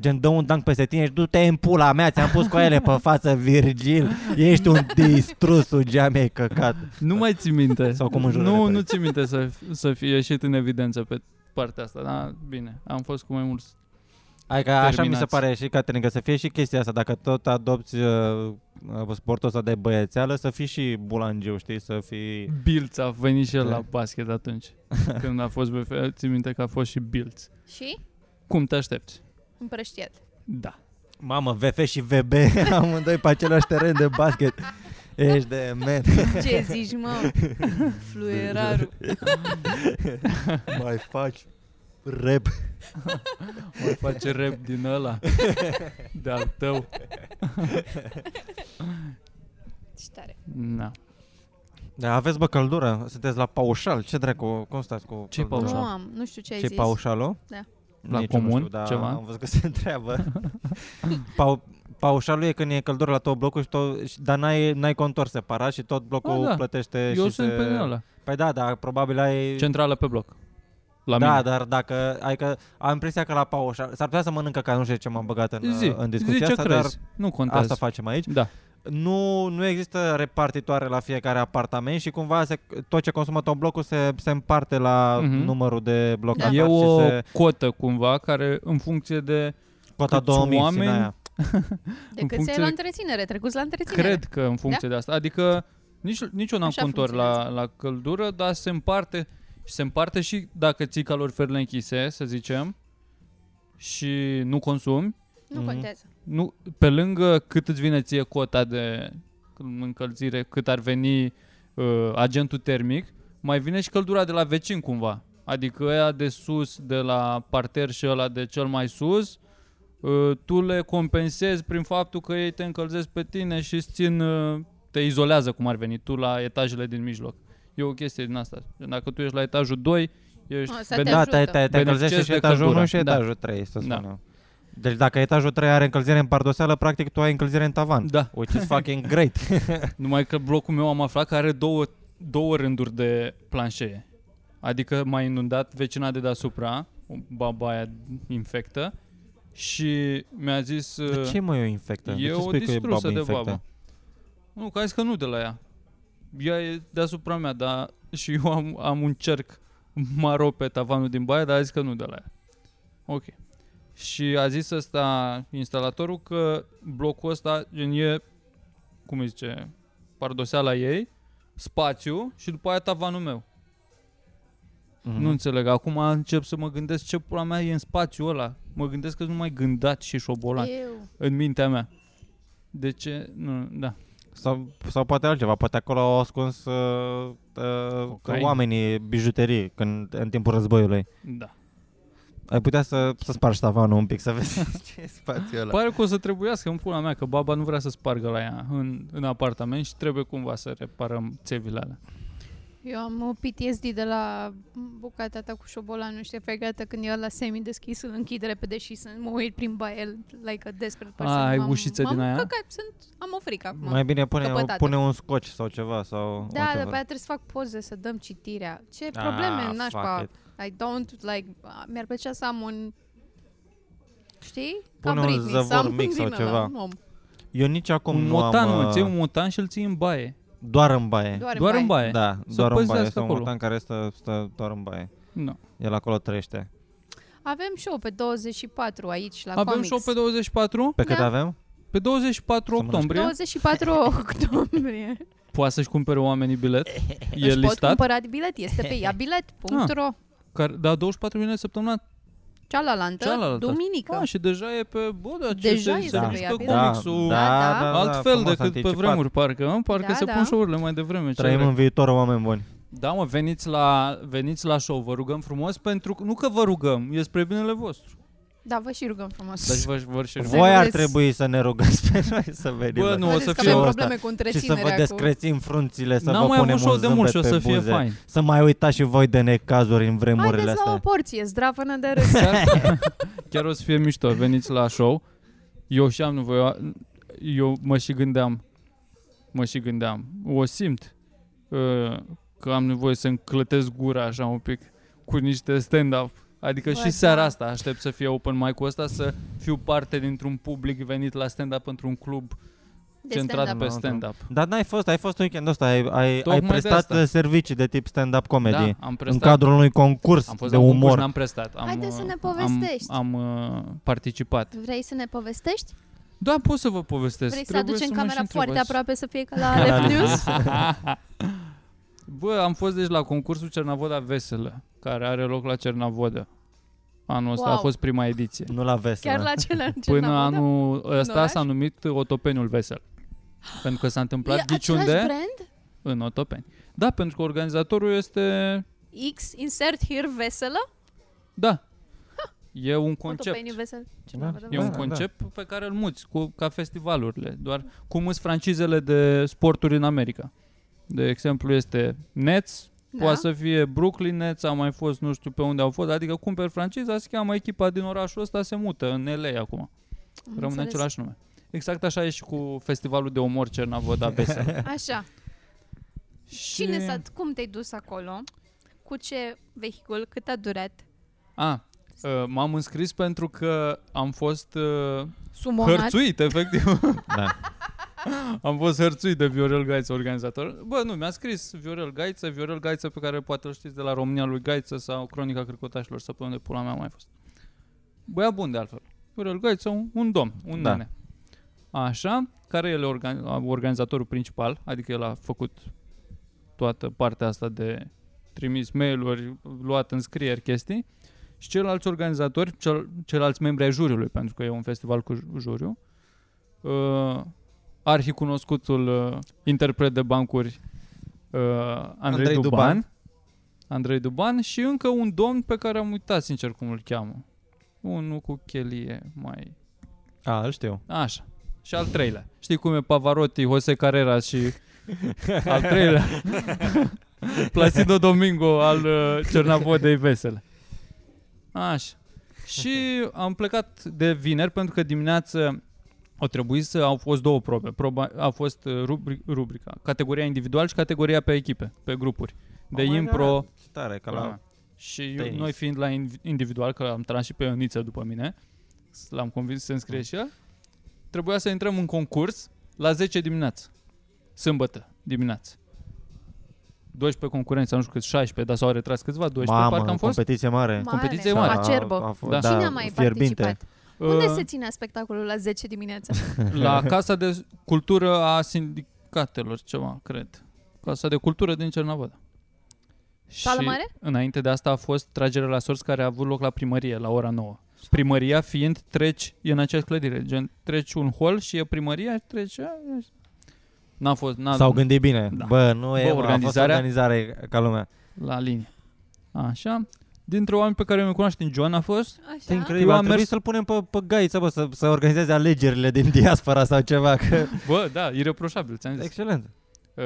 S3: Gen, dă un dunk peste tine și du-te în pula mea, ți-am pus coaiele pe față, Virgil. Ești un distrusul geamei căcat.
S2: Nu mai ții minte.
S3: Sau cum înjură
S2: Nu,
S3: repede.
S2: nu ții minte să, să fi ieșit în evidență pe partea asta, dar bine, am fost cu mai mulți.
S3: Adică așa mi se
S2: Terminați.
S3: pare și Caterinca, să fie și chestia asta, dacă tot adopți uh, uh, sportul ăsta de băiețeală, să fii și bulangiu, știi, să fii...
S2: Bilț a venit și el
S3: Da.
S2: la basket atunci, când a fost BF, ții minte că a fost și Bilț.
S1: Și?
S2: Cum te aștepți?
S1: Împrăștiat.
S2: Da.
S3: Mamă, VF și VB, amândoi pe același teren de basket. Ești de man,
S1: Ce zici, mă? Fluierarul.
S3: mai faci rap.
S2: Mai face rap din ăla, de-al tău.
S1: Ce tare.
S2: Na.
S3: Da, aveți bă căldură, sunteți la paușal. Ce dracu, cum stați cu
S2: Ce-i
S3: căldura?
S1: Nu
S2: Paușal.
S1: am, nu știu ce ai
S3: Ce
S1: zis.
S3: paușalul?
S1: Da.
S2: La
S3: Nici eu nu
S2: comun,
S3: știu, dar
S2: ceva?
S3: Am văzut că se întreabă. Pau, paușalul e când e căldură la tot blocul, și tot, și- dar n-ai, n-ai contor separat și tot blocul
S2: A, da.
S3: plătește
S2: Eu
S3: și
S2: sunt
S3: se...
S2: pe din ăla.
S3: Păi da, dar probabil ai...
S2: Centrală pe bloc. la
S3: da,
S2: mine.
S3: dar dacă, adică am impresia că la Pau s-ar s-ar putea să mănâncă ca nu știu de ce m-am băgat în,
S2: Zi,
S3: în
S2: zi
S3: discuția
S2: ce
S3: asta,
S2: crezi. Nu
S3: dar
S2: contează.
S3: asta facem aici.
S2: Da.
S3: Nu, nu există repartitoare la fiecare apartament și cumva se, tot ce consumă tot blocul se, se împarte la
S2: Mhm.
S3: numărul de blocatori
S2: E o
S3: Da, și se
S2: cotă cumva care în funcție de
S3: cota
S2: câți
S3: 2000 oameni,
S2: oameni-
S3: aia.
S1: De cât
S2: funcție
S1: se la
S2: de-
S1: întreținere, trecuți la întreținere.
S2: Cred că în funcție de asta. Adică nici, nici eu n-am
S1: Da. Așa
S2: contor la,
S1: funcționează.
S2: la căldură, dar se împarte și se împarte și dacă ții caloriferele închise, să zicem, și nu consumi,
S1: Nu
S3: Mhm.
S1: contează.
S2: nu, pe lângă cât îți vine ție cota de încălzire, cât ar veni uh, agentul termic, mai vine și căldura de la vecin cumva. Adică ăia de sus, de la parter și ăla de cel mai sus, uh, tu le compensezi prin faptul că ei te încălzesc pe tine și îți țin, uh, te izolează cum ar veni, tu la etajele din mijloc. E o chestie din asta. Dacă tu ești la etajul 2, ești...
S1: O, să
S2: bene-
S1: Te
S3: Da,
S1: ajută.
S3: te, te, te încălzește
S2: Beneficiezi
S3: și
S2: de
S3: etajul
S2: căldură.
S3: 1 și
S2: Da.
S3: etajul 3, să
S2: Da.
S3: spunem. Deci dacă etajul 3 are încălzire în pardoseală, practic tu ai încălzire în tavan.
S2: Da.
S3: Which is fucking great.
S2: Numai că blocul meu am aflat că are două, două rânduri de planșee. Adică m-a inundat vecina de deasupra, o baba aia infectă, și mi-a zis...
S3: De ce mă eu infectă? de
S2: E
S3: ce
S2: o
S3: spui că e
S2: distrusă
S3: babă
S2: de
S3: infectă?
S2: babă. Nu, că a zis că nu de la ea. Ea e deasupra mea, dar și eu am, am un cerc maro pe tavanul din baie, dar a zis că nu de la ea. Ok. Și a zis ăsta instalatorul că blocul ăsta gen, e, cum îi zice, pardoseala ei, spațiu și după aia tavanul meu.
S3: Mhm.
S2: Nu înțeleg. Acum încep să mă gândesc ce pula mea e în spațiul ăla. Mă gândesc că sunt numai gândat și șobolan
S1: Eu.
S2: în mintea mea. De ce? Nu, da.
S3: Sau, sau poate altceva, poate acolo au ascuns uh, uh, că
S2: Cocaină.
S3: oamenii bijuterii când, în timpul războiului.
S2: Da.
S3: Ai putea să, să spargi tavanul un pic să vezi ce e spațiul ăla.
S2: Pare că o să trebuiască în pula mea, că baba nu vrea să spargă la ea în, în apartament și trebuie cumva să reparăm țevile alea.
S1: Eu am o PTSD de la bucata ta cu șobolanul și fregată când e la semi deschis, îl închid repede și să mă uit prin baie, like a desperate person.
S2: ai
S1: M-am-
S2: ușiță
S1: m-am
S2: din aia?
S1: Căcat, sunt, am o frică acum.
S3: Mai bine pune,
S1: Căpătată.
S3: pune un scotch sau ceva sau
S1: da, dar pe
S3: whatever.
S1: aia trebuie să fac poze, să dăm citirea. Ce probleme
S3: Ah,
S1: nașpa.
S3: fuck
S1: I don't, like, mi-ar plăcea să am un... Știi?
S3: Pune
S1: Ca
S3: un
S1: Britney, să
S3: zăvor
S1: am
S3: mic sau
S1: din ăla,
S3: ceva.
S1: un om.
S3: Eu nici acum
S2: un
S3: nu
S2: motan,
S3: am...
S2: mă,
S3: uh,
S2: ții un motan și îl ții în baie.
S3: Doar în baie.
S1: Doar,
S2: Doar în baie.
S3: Da,
S2: Să
S3: doar în baie.
S2: păzească
S3: Este un
S2: acolo.
S3: motan care stă, stă doar în baie.
S2: Nu.
S3: El acolo trăiește.
S1: Avem show pe 24 aici la
S2: Avem
S1: Comics.
S2: show pe 24?
S3: Pe cât
S1: Da.
S3: avem?
S2: Pe 24
S3: Să mănânci.
S2: octombrie.
S1: 24 octombrie.
S2: Poate să-și cumpere oamenii bilet. E
S1: Își pot
S2: listat.
S1: cumpăra bilet, este pe iabilet.ro
S2: Care, da, 24 iunie săptămâna.
S1: Cealaltă,
S2: Cealaltă.
S1: Cealaltă, duminică.
S2: Ah, și deja e pe... Bă, da, ce
S1: Deja
S2: se,
S1: e
S2: se
S1: să
S2: mișcă
S1: vei abia.
S2: comicsul.
S1: da, da,
S2: Altfel
S3: frumos
S2: decât
S3: anticipat.
S2: pe vremuri, parcă, mă? Parcă
S1: Da,
S2: se
S1: da.
S2: pun show-urile mai devreme. ce
S3: Trăim
S2: vrei.
S3: în viitor, oameni buni.
S2: Da, mă, veniți la, veniți la show, vă rugăm frumos, pentru că, nu că vă rugăm, e spre binele vostru.
S1: Da, vă și rugăm frumos.
S2: Deci vă, vă și rugăm.
S3: Voi ar
S1: vedeți-
S3: trebui să ne rugați pe noi să venim.
S2: Bă,
S3: la-
S2: nu,
S1: Vă
S2: o să
S1: zic că
S2: fie
S1: avem
S3: ăsta.
S1: probleme cu
S3: Și să
S1: întreținerea
S3: vă descrețim frunțile, să
S2: N-am
S3: vă
S2: mai
S3: punem
S2: avut show
S3: un
S2: de mult și o
S3: zâmbet
S2: să
S3: pe
S2: fie
S3: buze.
S2: fain.
S3: Să mai uitați și voi de necazuri în
S1: cu...
S3: vremurile
S1: Haideți la o
S3: astea.
S1: porție, zdravănă de râs.
S2: Chiar, chiar o să fie mișto, veniți la show. Eu și am nevoie, eu mă și gândeam, mă și gândeam, o simt uh, că am nevoie să-mi clătesc gura așa un pic cu niște stand-up. Adică
S1: Bă,
S2: și seara
S1: da.
S2: asta aștept să fie open mic-ul ăsta, să fiu parte dintr-un public venit la stand-up într-un club
S1: De
S2: centrat
S1: stand-up.
S2: pe stand-up.
S3: Dar n-ai fost, ai fost weekendul ăsta, ai, ai,
S2: Tocmai
S3: ai
S2: de
S3: prestat
S2: asta.
S3: servicii de tip stand-up comedy.
S2: Da, am prestat.
S3: În cadrul unui concurs
S2: am fost
S3: de
S2: la
S3: umor.
S2: concurs, n-am prestat. Am,
S1: Haideți
S2: uh,
S1: să ne povestești.
S2: Am, am uh, participat.
S1: Vrei să ne povestești?
S2: Da, pot să vă povestesc.
S1: Vrei să
S2: Trebuie
S1: aducem
S2: mă
S1: camera
S2: și
S1: foarte
S2: întrebați. Da.
S1: aproape să fie ca la Alef News?
S2: Bă, am fost deci la concursul Cernavoda Veselă, care are loc la Cernavodă. Anul ăsta
S1: Wow.
S2: a fost prima ediție.
S3: Nu la veselă.
S1: Chiar la același
S2: Până anul ăsta
S1: oraș?
S2: s-a numit Otopeniul Vesel. pentru că s-a întâmplat
S1: același
S2: ghiciunde
S1: brand?
S2: în Otopeni. Da, pentru că organizatorul este...
S1: X, insert here, veselă?
S2: Da. E un
S1: Otopenii
S2: concept.
S1: vesel. Ce
S3: Da.
S1: n-am văzut?
S2: E
S3: Da,
S2: un
S3: da.
S2: concept pe care îl muți cu, ca festivalurile, doar cum sunt francizele de sporturi în America. De exemplu este Nets, da.
S1: Da.
S2: poate să fie Brooklyn Nets, a mai fost nu știu pe unde au fost, adică cumperi franciza, se cheamă echipa din orașul ăsta, se mută în LA acum.
S1: Am
S2: Rămâne
S1: înțeles.
S2: același nume. Exact așa e și cu festivalul de omor Cernavoda Besel.
S1: Așa.
S2: și
S1: Cine s-a... Cum te-ai dus acolo? cu ce vehicul, cât a durat.
S2: A, uh, m-am înscris pentru că am fost uh,
S1: Sumonat.
S2: hărțuit, efectiv.
S3: Da.
S2: Am fost hărțuit de Viorel Gaiță, organizator. Bă, nu, mi-a scris Viorel Gaiță, Viorel Gaiță pe care poate îl știți de la România lui Gaiță sau Cronica Cricotașilor sau pe unde pula mea a mai fost. Băia bun de altfel. Viorel Gaiță, un, un domn, un
S3: Da.
S2: da. nene. Așa, care el e organ- organizatorul principal, adică el a făcut toată partea asta de trimis mail-uri, luat înscrieri, chestii. Și ceilalți organizatori, cel, ceilalți membri ai juriului, pentru că e un festival cu ju- juriu, uh, arhicunoscutul uh, interpret de bancuri uh, Andrei,
S3: Andrei
S2: Andrei Duban.
S3: Duban.
S2: Duban. Andrei Duban și încă un domn pe care am uitat sincer cum îl cheamă. Unul cu chelie mai... Ah,
S3: A, îl știu.
S2: Așa. Și al treilea. Știi cum e Pavarotti, Jose Carrera și al treilea. Placido Domingo al uh, Cernavodei Vesele. Așa. Și am plecat de vineri pentru că dimineață au trebuit să au fost două probe. Proba a fost uh, rubri, rubrica, categoria individual și categoria pe echipe, pe grupuri. De
S3: Oh my
S2: impro, Da.
S3: God, Ce tare, ca la...
S2: și eu,
S3: tenis.
S2: noi fiind la inv- individual, că am tras și pe Ioniță după mine, s- l-am convins să se
S3: Mm.
S2: înscrie și el, trebuia să intrăm în concurs la 10 dimineață. Sâmbătă dimineață. 12 concurenți, nu știu cât, 16, dar s-au retras câțiva, 12,
S3: Mamă,
S2: parcă am fost.
S3: competiție mare.
S1: Mare.
S2: competiție
S3: Da,
S2: mare.
S3: a-
S1: Acerbă.
S3: a fost-
S2: Da.
S1: Cine a mai
S3: fierbinte.
S1: participat? Unde
S2: Uh,
S1: se ținea spectacolul la 10 dimineața?
S2: La Casa de Cultură a Sindicatelor, ceva, cred. Casa de Cultură din Cernavodă.
S1: Sală mare?
S2: înainte de asta a fost tragerea la sorți care a avut loc la primărie, la ora 9. Primăria fiind treci, e în aceeași clădire, gen treci un hol și e primăria, treci... a, e- N-a fost, n-a
S3: S-au gândit bine.
S2: Da.
S3: Bă, nu e,
S2: Bă,
S3: mă, a fost
S2: organizarea-
S3: organizare ca lumea.
S2: la linie. Așa. Dintre oameni pe care mi-i cunoaște din Joan a fost,
S3: Ce
S1: Așa?
S3: incredibil,
S2: Eu
S3: a
S2: am
S3: trebuit
S2: mers-
S3: să-l punem pe, pe gaiță, bă, să, să organizeze alegerile din diaspora sau ceva, că...
S2: bă, da, ireproșabil, ți-am zis.
S3: Excelent.
S2: Uh,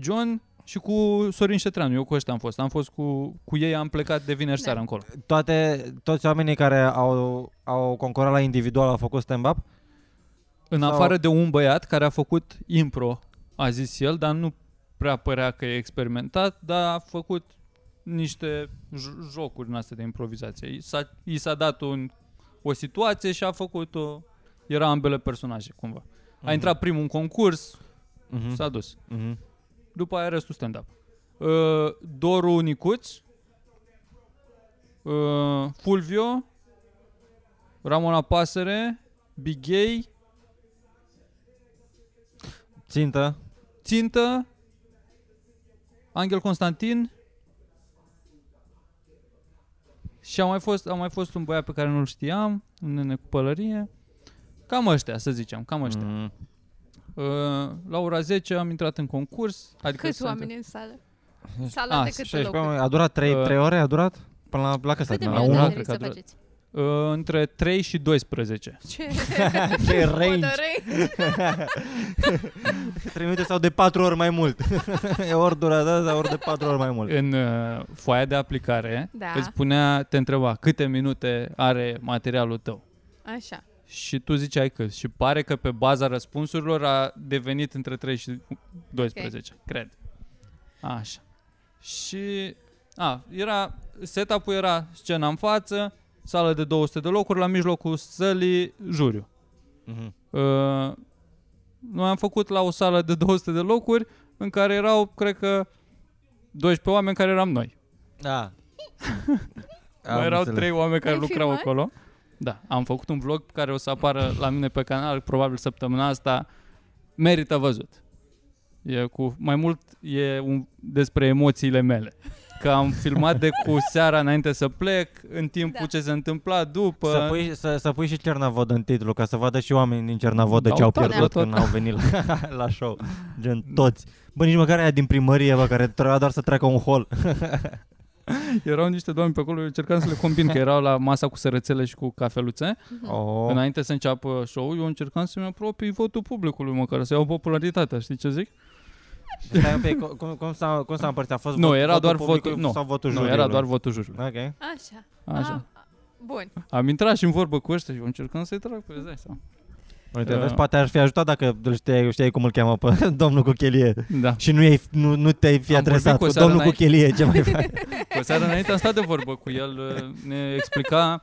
S2: John și cu Sorin Șetranu, eu cu ăștia am fost. Am fost cu, cu ei, am plecat de vineri
S1: Da.
S2: seara încolo.
S3: Toate, toți oamenii care au, au concurat la individual au făcut stand-up?
S2: În
S3: Sau-
S2: afară de un băiat care a făcut impro, a zis el, dar nu prea părea că e experimentat, dar a făcut niște j- jocuri din astea de improvizație. I s-a, i s-a dat un, o situație și a făcut-o... Era ambele personaje, cumva. A intrat primul în concurs,
S3: Mhm.
S2: s-a dus.
S3: Mhm.
S2: După aia restul stand-up. Uh, Doru Nicuț, uh, Fulvio, Ramona Pasăre, Bigay,
S3: Țintă?
S2: Țintă, Angel Constantin și a mai fost, a mai fost un băiat pe care nu-l știam, un nene cu pălărie. Cam ăștia, să zicem, cam ăștia. Mm.
S3: Mhm.
S2: Uh, la ora 10 am intrat în concurs. Adică
S1: Câți
S2: s-a
S1: oameni în sală? Sala
S2: A,
S1: de câte
S3: 16 oameni.
S1: locuri?
S3: Păi, A durat 3,
S2: Uh,
S3: 3 ore? A durat? Până la,
S1: Câte
S3: la căsat,
S2: la
S3: la
S2: minute?
S1: minute
S2: una,
S3: una?
S1: trebuie
S2: cred că
S1: să
S2: a durat.
S1: faceți?
S2: intrat, uh, între 3 și 12.
S1: Ce?
S3: Ce range!
S1: Podorei?
S3: 3 minute sau de 4 ori mai mult. e ori durata sau ori de 4 ori mai mult.
S2: În uh, foaia de aplicare
S1: Da.
S2: îți punea, te întreba câte minute are materialul tău.
S1: Așa.
S2: Și tu ziceai că și pare că pe baza răspunsurilor a devenit între 3 și 12, okay. cred. Așa. Și a, era setup-ul era scena în față, sală de 200 de locuri, la mijlocul sălii juriu.
S3: Mhm.
S2: Uh, noi am făcut la o sală de 200 de locuri în care erau, cred că 12 oameni care eram noi.
S3: Da.
S2: Mai erau trei oameni care
S1: Ai
S2: lucrau
S1: filmat?
S2: acolo. Da, am făcut un vlog care o să apară la mine pe canal, probabil săptămâna asta. Merită văzut. E cu, mai mult e un, despre emoțiile mele. Că am filmat de cu seara înainte să plec, în timpul
S1: Da.
S2: da. ce se întâmpla după.
S3: Să pui, să, să pui și Cernavodă în titlu, ca să vadă și oamenii din Cernavodă ce
S2: Da,
S3: au
S2: da,
S3: pierdut
S2: da,
S3: când au venit la, la show. Gen toți. Bă, nici măcar aia din primărie, bă, care trebuia doar să treacă un hol.
S2: Erau niște doamne pe acolo, eu încercam să le combin, că erau la masa cu sărățele și cu cafeluțe. Oh.
S3: Oh.
S2: Înainte să înceapă show-ul, eu încercam să-mi apropii votul publicului măcar, să iau popularitatea, știi ce zic?
S3: Deci, Stai un pic, cum, cum, s-a, cum s-a împărțit? A fost
S2: Nu,
S3: vot-
S2: era doar
S3: publicului
S2: votul- nu.
S3: sau votul
S2: Nu,
S3: juriului?
S2: era doar votul juriului.
S3: Ok.
S1: Așa.
S2: Așa.
S1: A, bun.
S2: Am intrat și în vorbă cu ăștia și eu încercam să-i trag pe zi.
S3: Uite,
S2: Da.
S3: vezi, Uh, poate ar fi ajutat dacă îl știai, știai cum îl cheamă pe domnul cu chelie
S2: Da.
S3: și nu, ei, nu, nu te-ai fi
S2: Am vorbit
S3: adresat
S2: cu o
S3: cu
S2: seară
S3: domnul cu
S2: înainte.
S3: chelie, ce mai faci?
S2: Cu o seară înainte am stat de vorbă cu el, uh, ne explica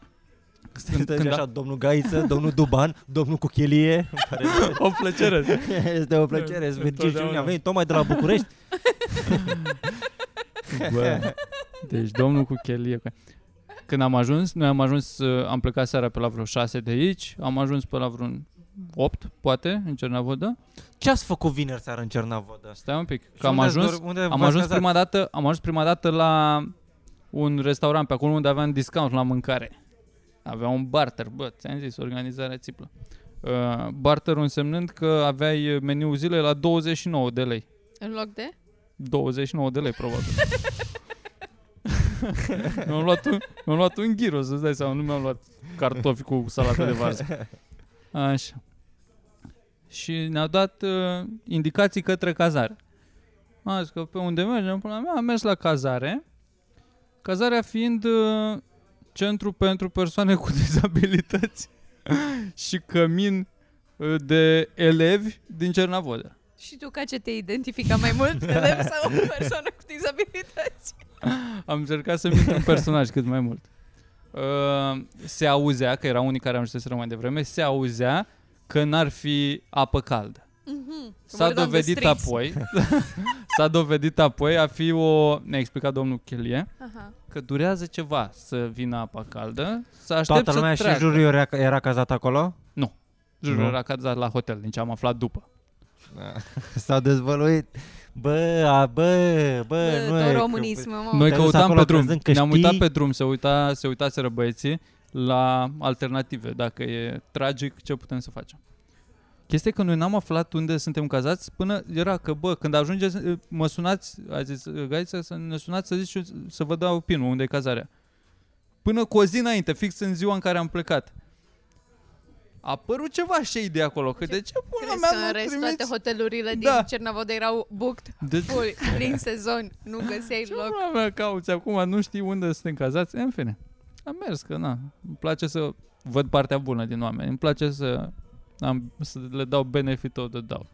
S2: când,
S3: Când
S2: când
S3: așa,
S2: a...
S3: domnul Gaiță, domnul Duban, domnul cu chelie. Îmi pare rău.
S2: O plăcere.
S3: este o plăcere, sunt Virgil și
S2: Întotdeauna.
S3: Iulia. Am venit tocmai de la București.
S2: Bă. Deci domnul cu chelie. cu- Când am ajuns, noi am ajuns, uh, am plecat seara pe la vreo 6 de aici, am ajuns pe la vreun 8, poate, în Cernavodă.
S3: Ce ați făcut vineri seara în Cernavodă?
S2: Stai un pic,
S3: Și
S2: că am
S3: unde ați
S2: ajuns,
S3: dor- unde
S2: am
S3: v-ați
S2: ajuns
S3: cazat?
S2: prima dată, am ajuns prima dată la un restaurant pe acolo unde aveam discount la mâncare. Avea un barter, bă, ți-am zis, organizarea țiplă. Uh, barter însemnând că aveai meniul zilei la 29 de lei.
S1: În loc de?
S2: 29 de lei, probabil. mi-am, luat un, mi-am luat un ghiro, să-ți dai seama, nu mi-am luat cartofi cu salată de varză. Așa. Și ne-a dat uh, indicații către cazare. Am zis că pe unde mergem, până la mea, am mers la cazare. Cazarea fiind uh, centru pentru persoane cu dizabilități și cămin uh, de elevi din Cernavodă.
S1: Și tu ca ce te identifica mai mult? Elev sau o persoană cu dizabilități?
S2: Am încercat să-mi intru în personaj cât mai mult. Uh, se auzea, că erau unii care am să mai devreme, se auzea că n-ar fi apă caldă.
S1: Mhm.
S2: S-a
S1: Vorbim de
S2: dovedit
S1: striți.
S2: apoi, s-a dovedit apoi a fi o, ne-a explicat domnul Chelie,
S1: Aha.
S2: că durează ceva să vină apa caldă, să aștept
S3: Toată lumea
S2: să
S3: și
S2: treacă.
S3: juriul era, era cazat acolo?
S2: Jurul
S3: Nu.
S2: era cazat la hotel, din ce am aflat după. Da.
S3: S-au dezvăluit. Bă, a, bă, bă,
S1: Bă,
S3: nu
S1: tot
S3: e...
S1: românism, mă.
S2: Ah. Noi
S3: te-ai dus
S2: căutam
S3: acolo
S2: pe drum,
S3: crezând că
S2: ne-am uitat
S3: știi?
S2: pe drum, se, uita, se uitaseră băieții la alternative, dacă e tragic, ce putem să facem. Chestia e că noi n-am aflat unde suntem cazați până era că, bă, când ajungeți, eh, mă sunați, a zis Gaița, să ne sunați să zici, să vă dau pinul, unde e cazarea. Până cu o zi înainte, fix în ziua în care am plecat. A apărut ceva shade de acolo, că de ce pula
S1: Crezi
S2: mea
S1: că în
S2: nu
S1: rest
S2: trimiți?
S1: toate hotelurile din
S2: Da.
S1: Cernavodă erau booked
S2: De ce
S1: full, plin sezon. Nu găseai
S2: Ce
S1: loc.
S2: pula mea cauți acum? Nu știi unde suntem cazați? În fine. Am mers, că na. Îmi place să văd partea bună din oameni. Îmi place să, am, să le dau benefit of the doubt.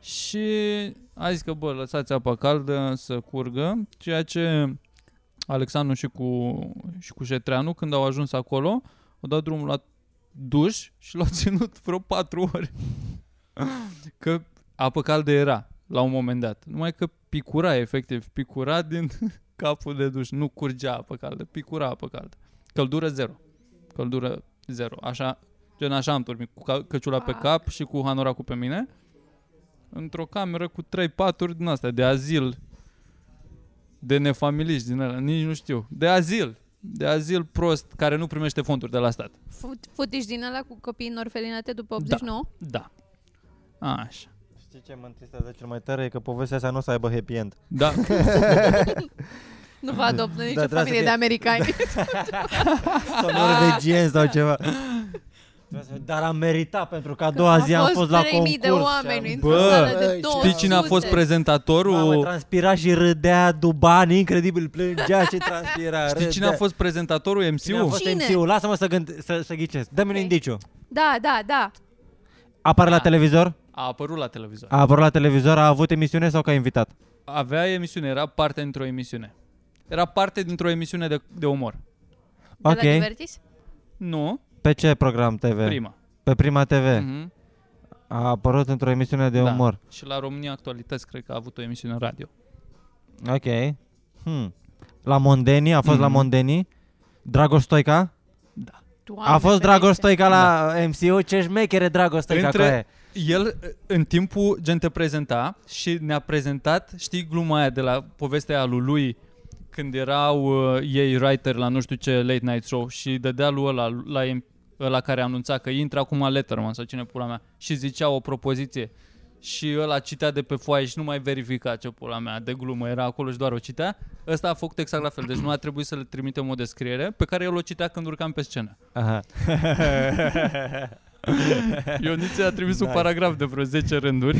S2: Și a zis că, bă, lăsați apa caldă să curgă, ceea ce Alexandru și cu, și cu Șetreanu, când au ajuns acolo, au dat drumul la duș și l-au ținut vreo patru ore. Că apă caldă era la un moment dat. Numai că picura, efectiv, picura din capul de duș. Nu curgea apă caldă, picura apă caldă. Căldură zero. Căldură zero. Așa, gen așa am dormit, cu ca- căciula pe
S1: Fuck.
S2: cap și cu hanoracul pe mine. Într-o cameră cu trei paturi din astea, de azil. De nefamiliști din alea, nici nu știu. De azil. De azil prost, care nu primește fonduri de la stat.
S1: Fut- Futiși din ăla cu copiii în orfelinate după 89?
S2: Da. Așa.
S3: Păi, Știi ce mă întristează cel mai tare? E că povestea asta nu o să aibă happy end.
S2: Da,
S1: Nu vă adoptă nicio
S3: trebuie să
S1: familie
S3: fie-
S1: de americani.
S3: Sau norvegieni sau ceva. Dar am meritat pentru că a doua zi am
S1: fost
S3: fost la
S1: 3000
S3: concurs.
S1: de oameni
S3: și am-
S1: într-o
S2: Bă,
S1: sală de
S2: Știi cine a fost
S1: 200?
S3: Mamă,
S2: prezentatorul?
S3: transpira și râdea Duban, incredibil, plângea și transpira.
S2: Știi cine a
S3: râdea.
S2: fost prezentatorul
S3: Cine a
S2: MC-ul?
S3: fost
S1: Cine?
S3: MC-ul? Lasă-mă să, gând, să, să ghicesc. Dă-mi un
S1: Ok.
S3: indiciu.
S1: Da, da, da.
S3: Apare la
S2: Ah.
S3: televizor?
S2: A apărut la televizor.
S3: A apărut la televizor, a avut emisiune sau că a invitat?
S2: Avea emisiune, era parte dintr-o emisiune. Era parte dintr-o emisiune de, de umor.
S1: De
S3: Ok.
S1: la Divertis?
S2: Nu,
S3: Pe ce program TV?
S2: prima.
S3: Pe Prima TV.
S2: Mhm,
S3: A apărut într-o emisiune de
S2: da.
S3: umor.
S2: Și la România Actualități cred că a avut o emisiune în radio.
S3: Ok. Hmm. La Mondeni, a fost la
S2: Mhm.
S3: Mondeni. Dragoș Stoica?
S1: Doamne
S3: A fost
S1: ferește.
S3: Dragoș Stoica la MCU? Ce șmechere Dragoș Stoica
S2: Da. Între-
S3: Între...
S2: El în timpul gen te prezenta și ne-a prezentat, știi gluma aia de la povestea lui lui când erau uh, ei writer la nu știu ce late night show și dădea lui ăla, la em- ăla care anunța că intră acum Letterman sau cine pula mea și zicea o propoziție și ăla citea de pe foaie și nu mai verifica ce pula mea de glumă era acolo și doar o citea. Ăsta a făcut exact la fel, deci nu a trebuit să le trimitem o descriere pe care el o citea când urcam pe scenă.
S3: Aha.
S2: Ionițe a trimis un
S3: Nice.
S2: paragraf de vreo 10 rânduri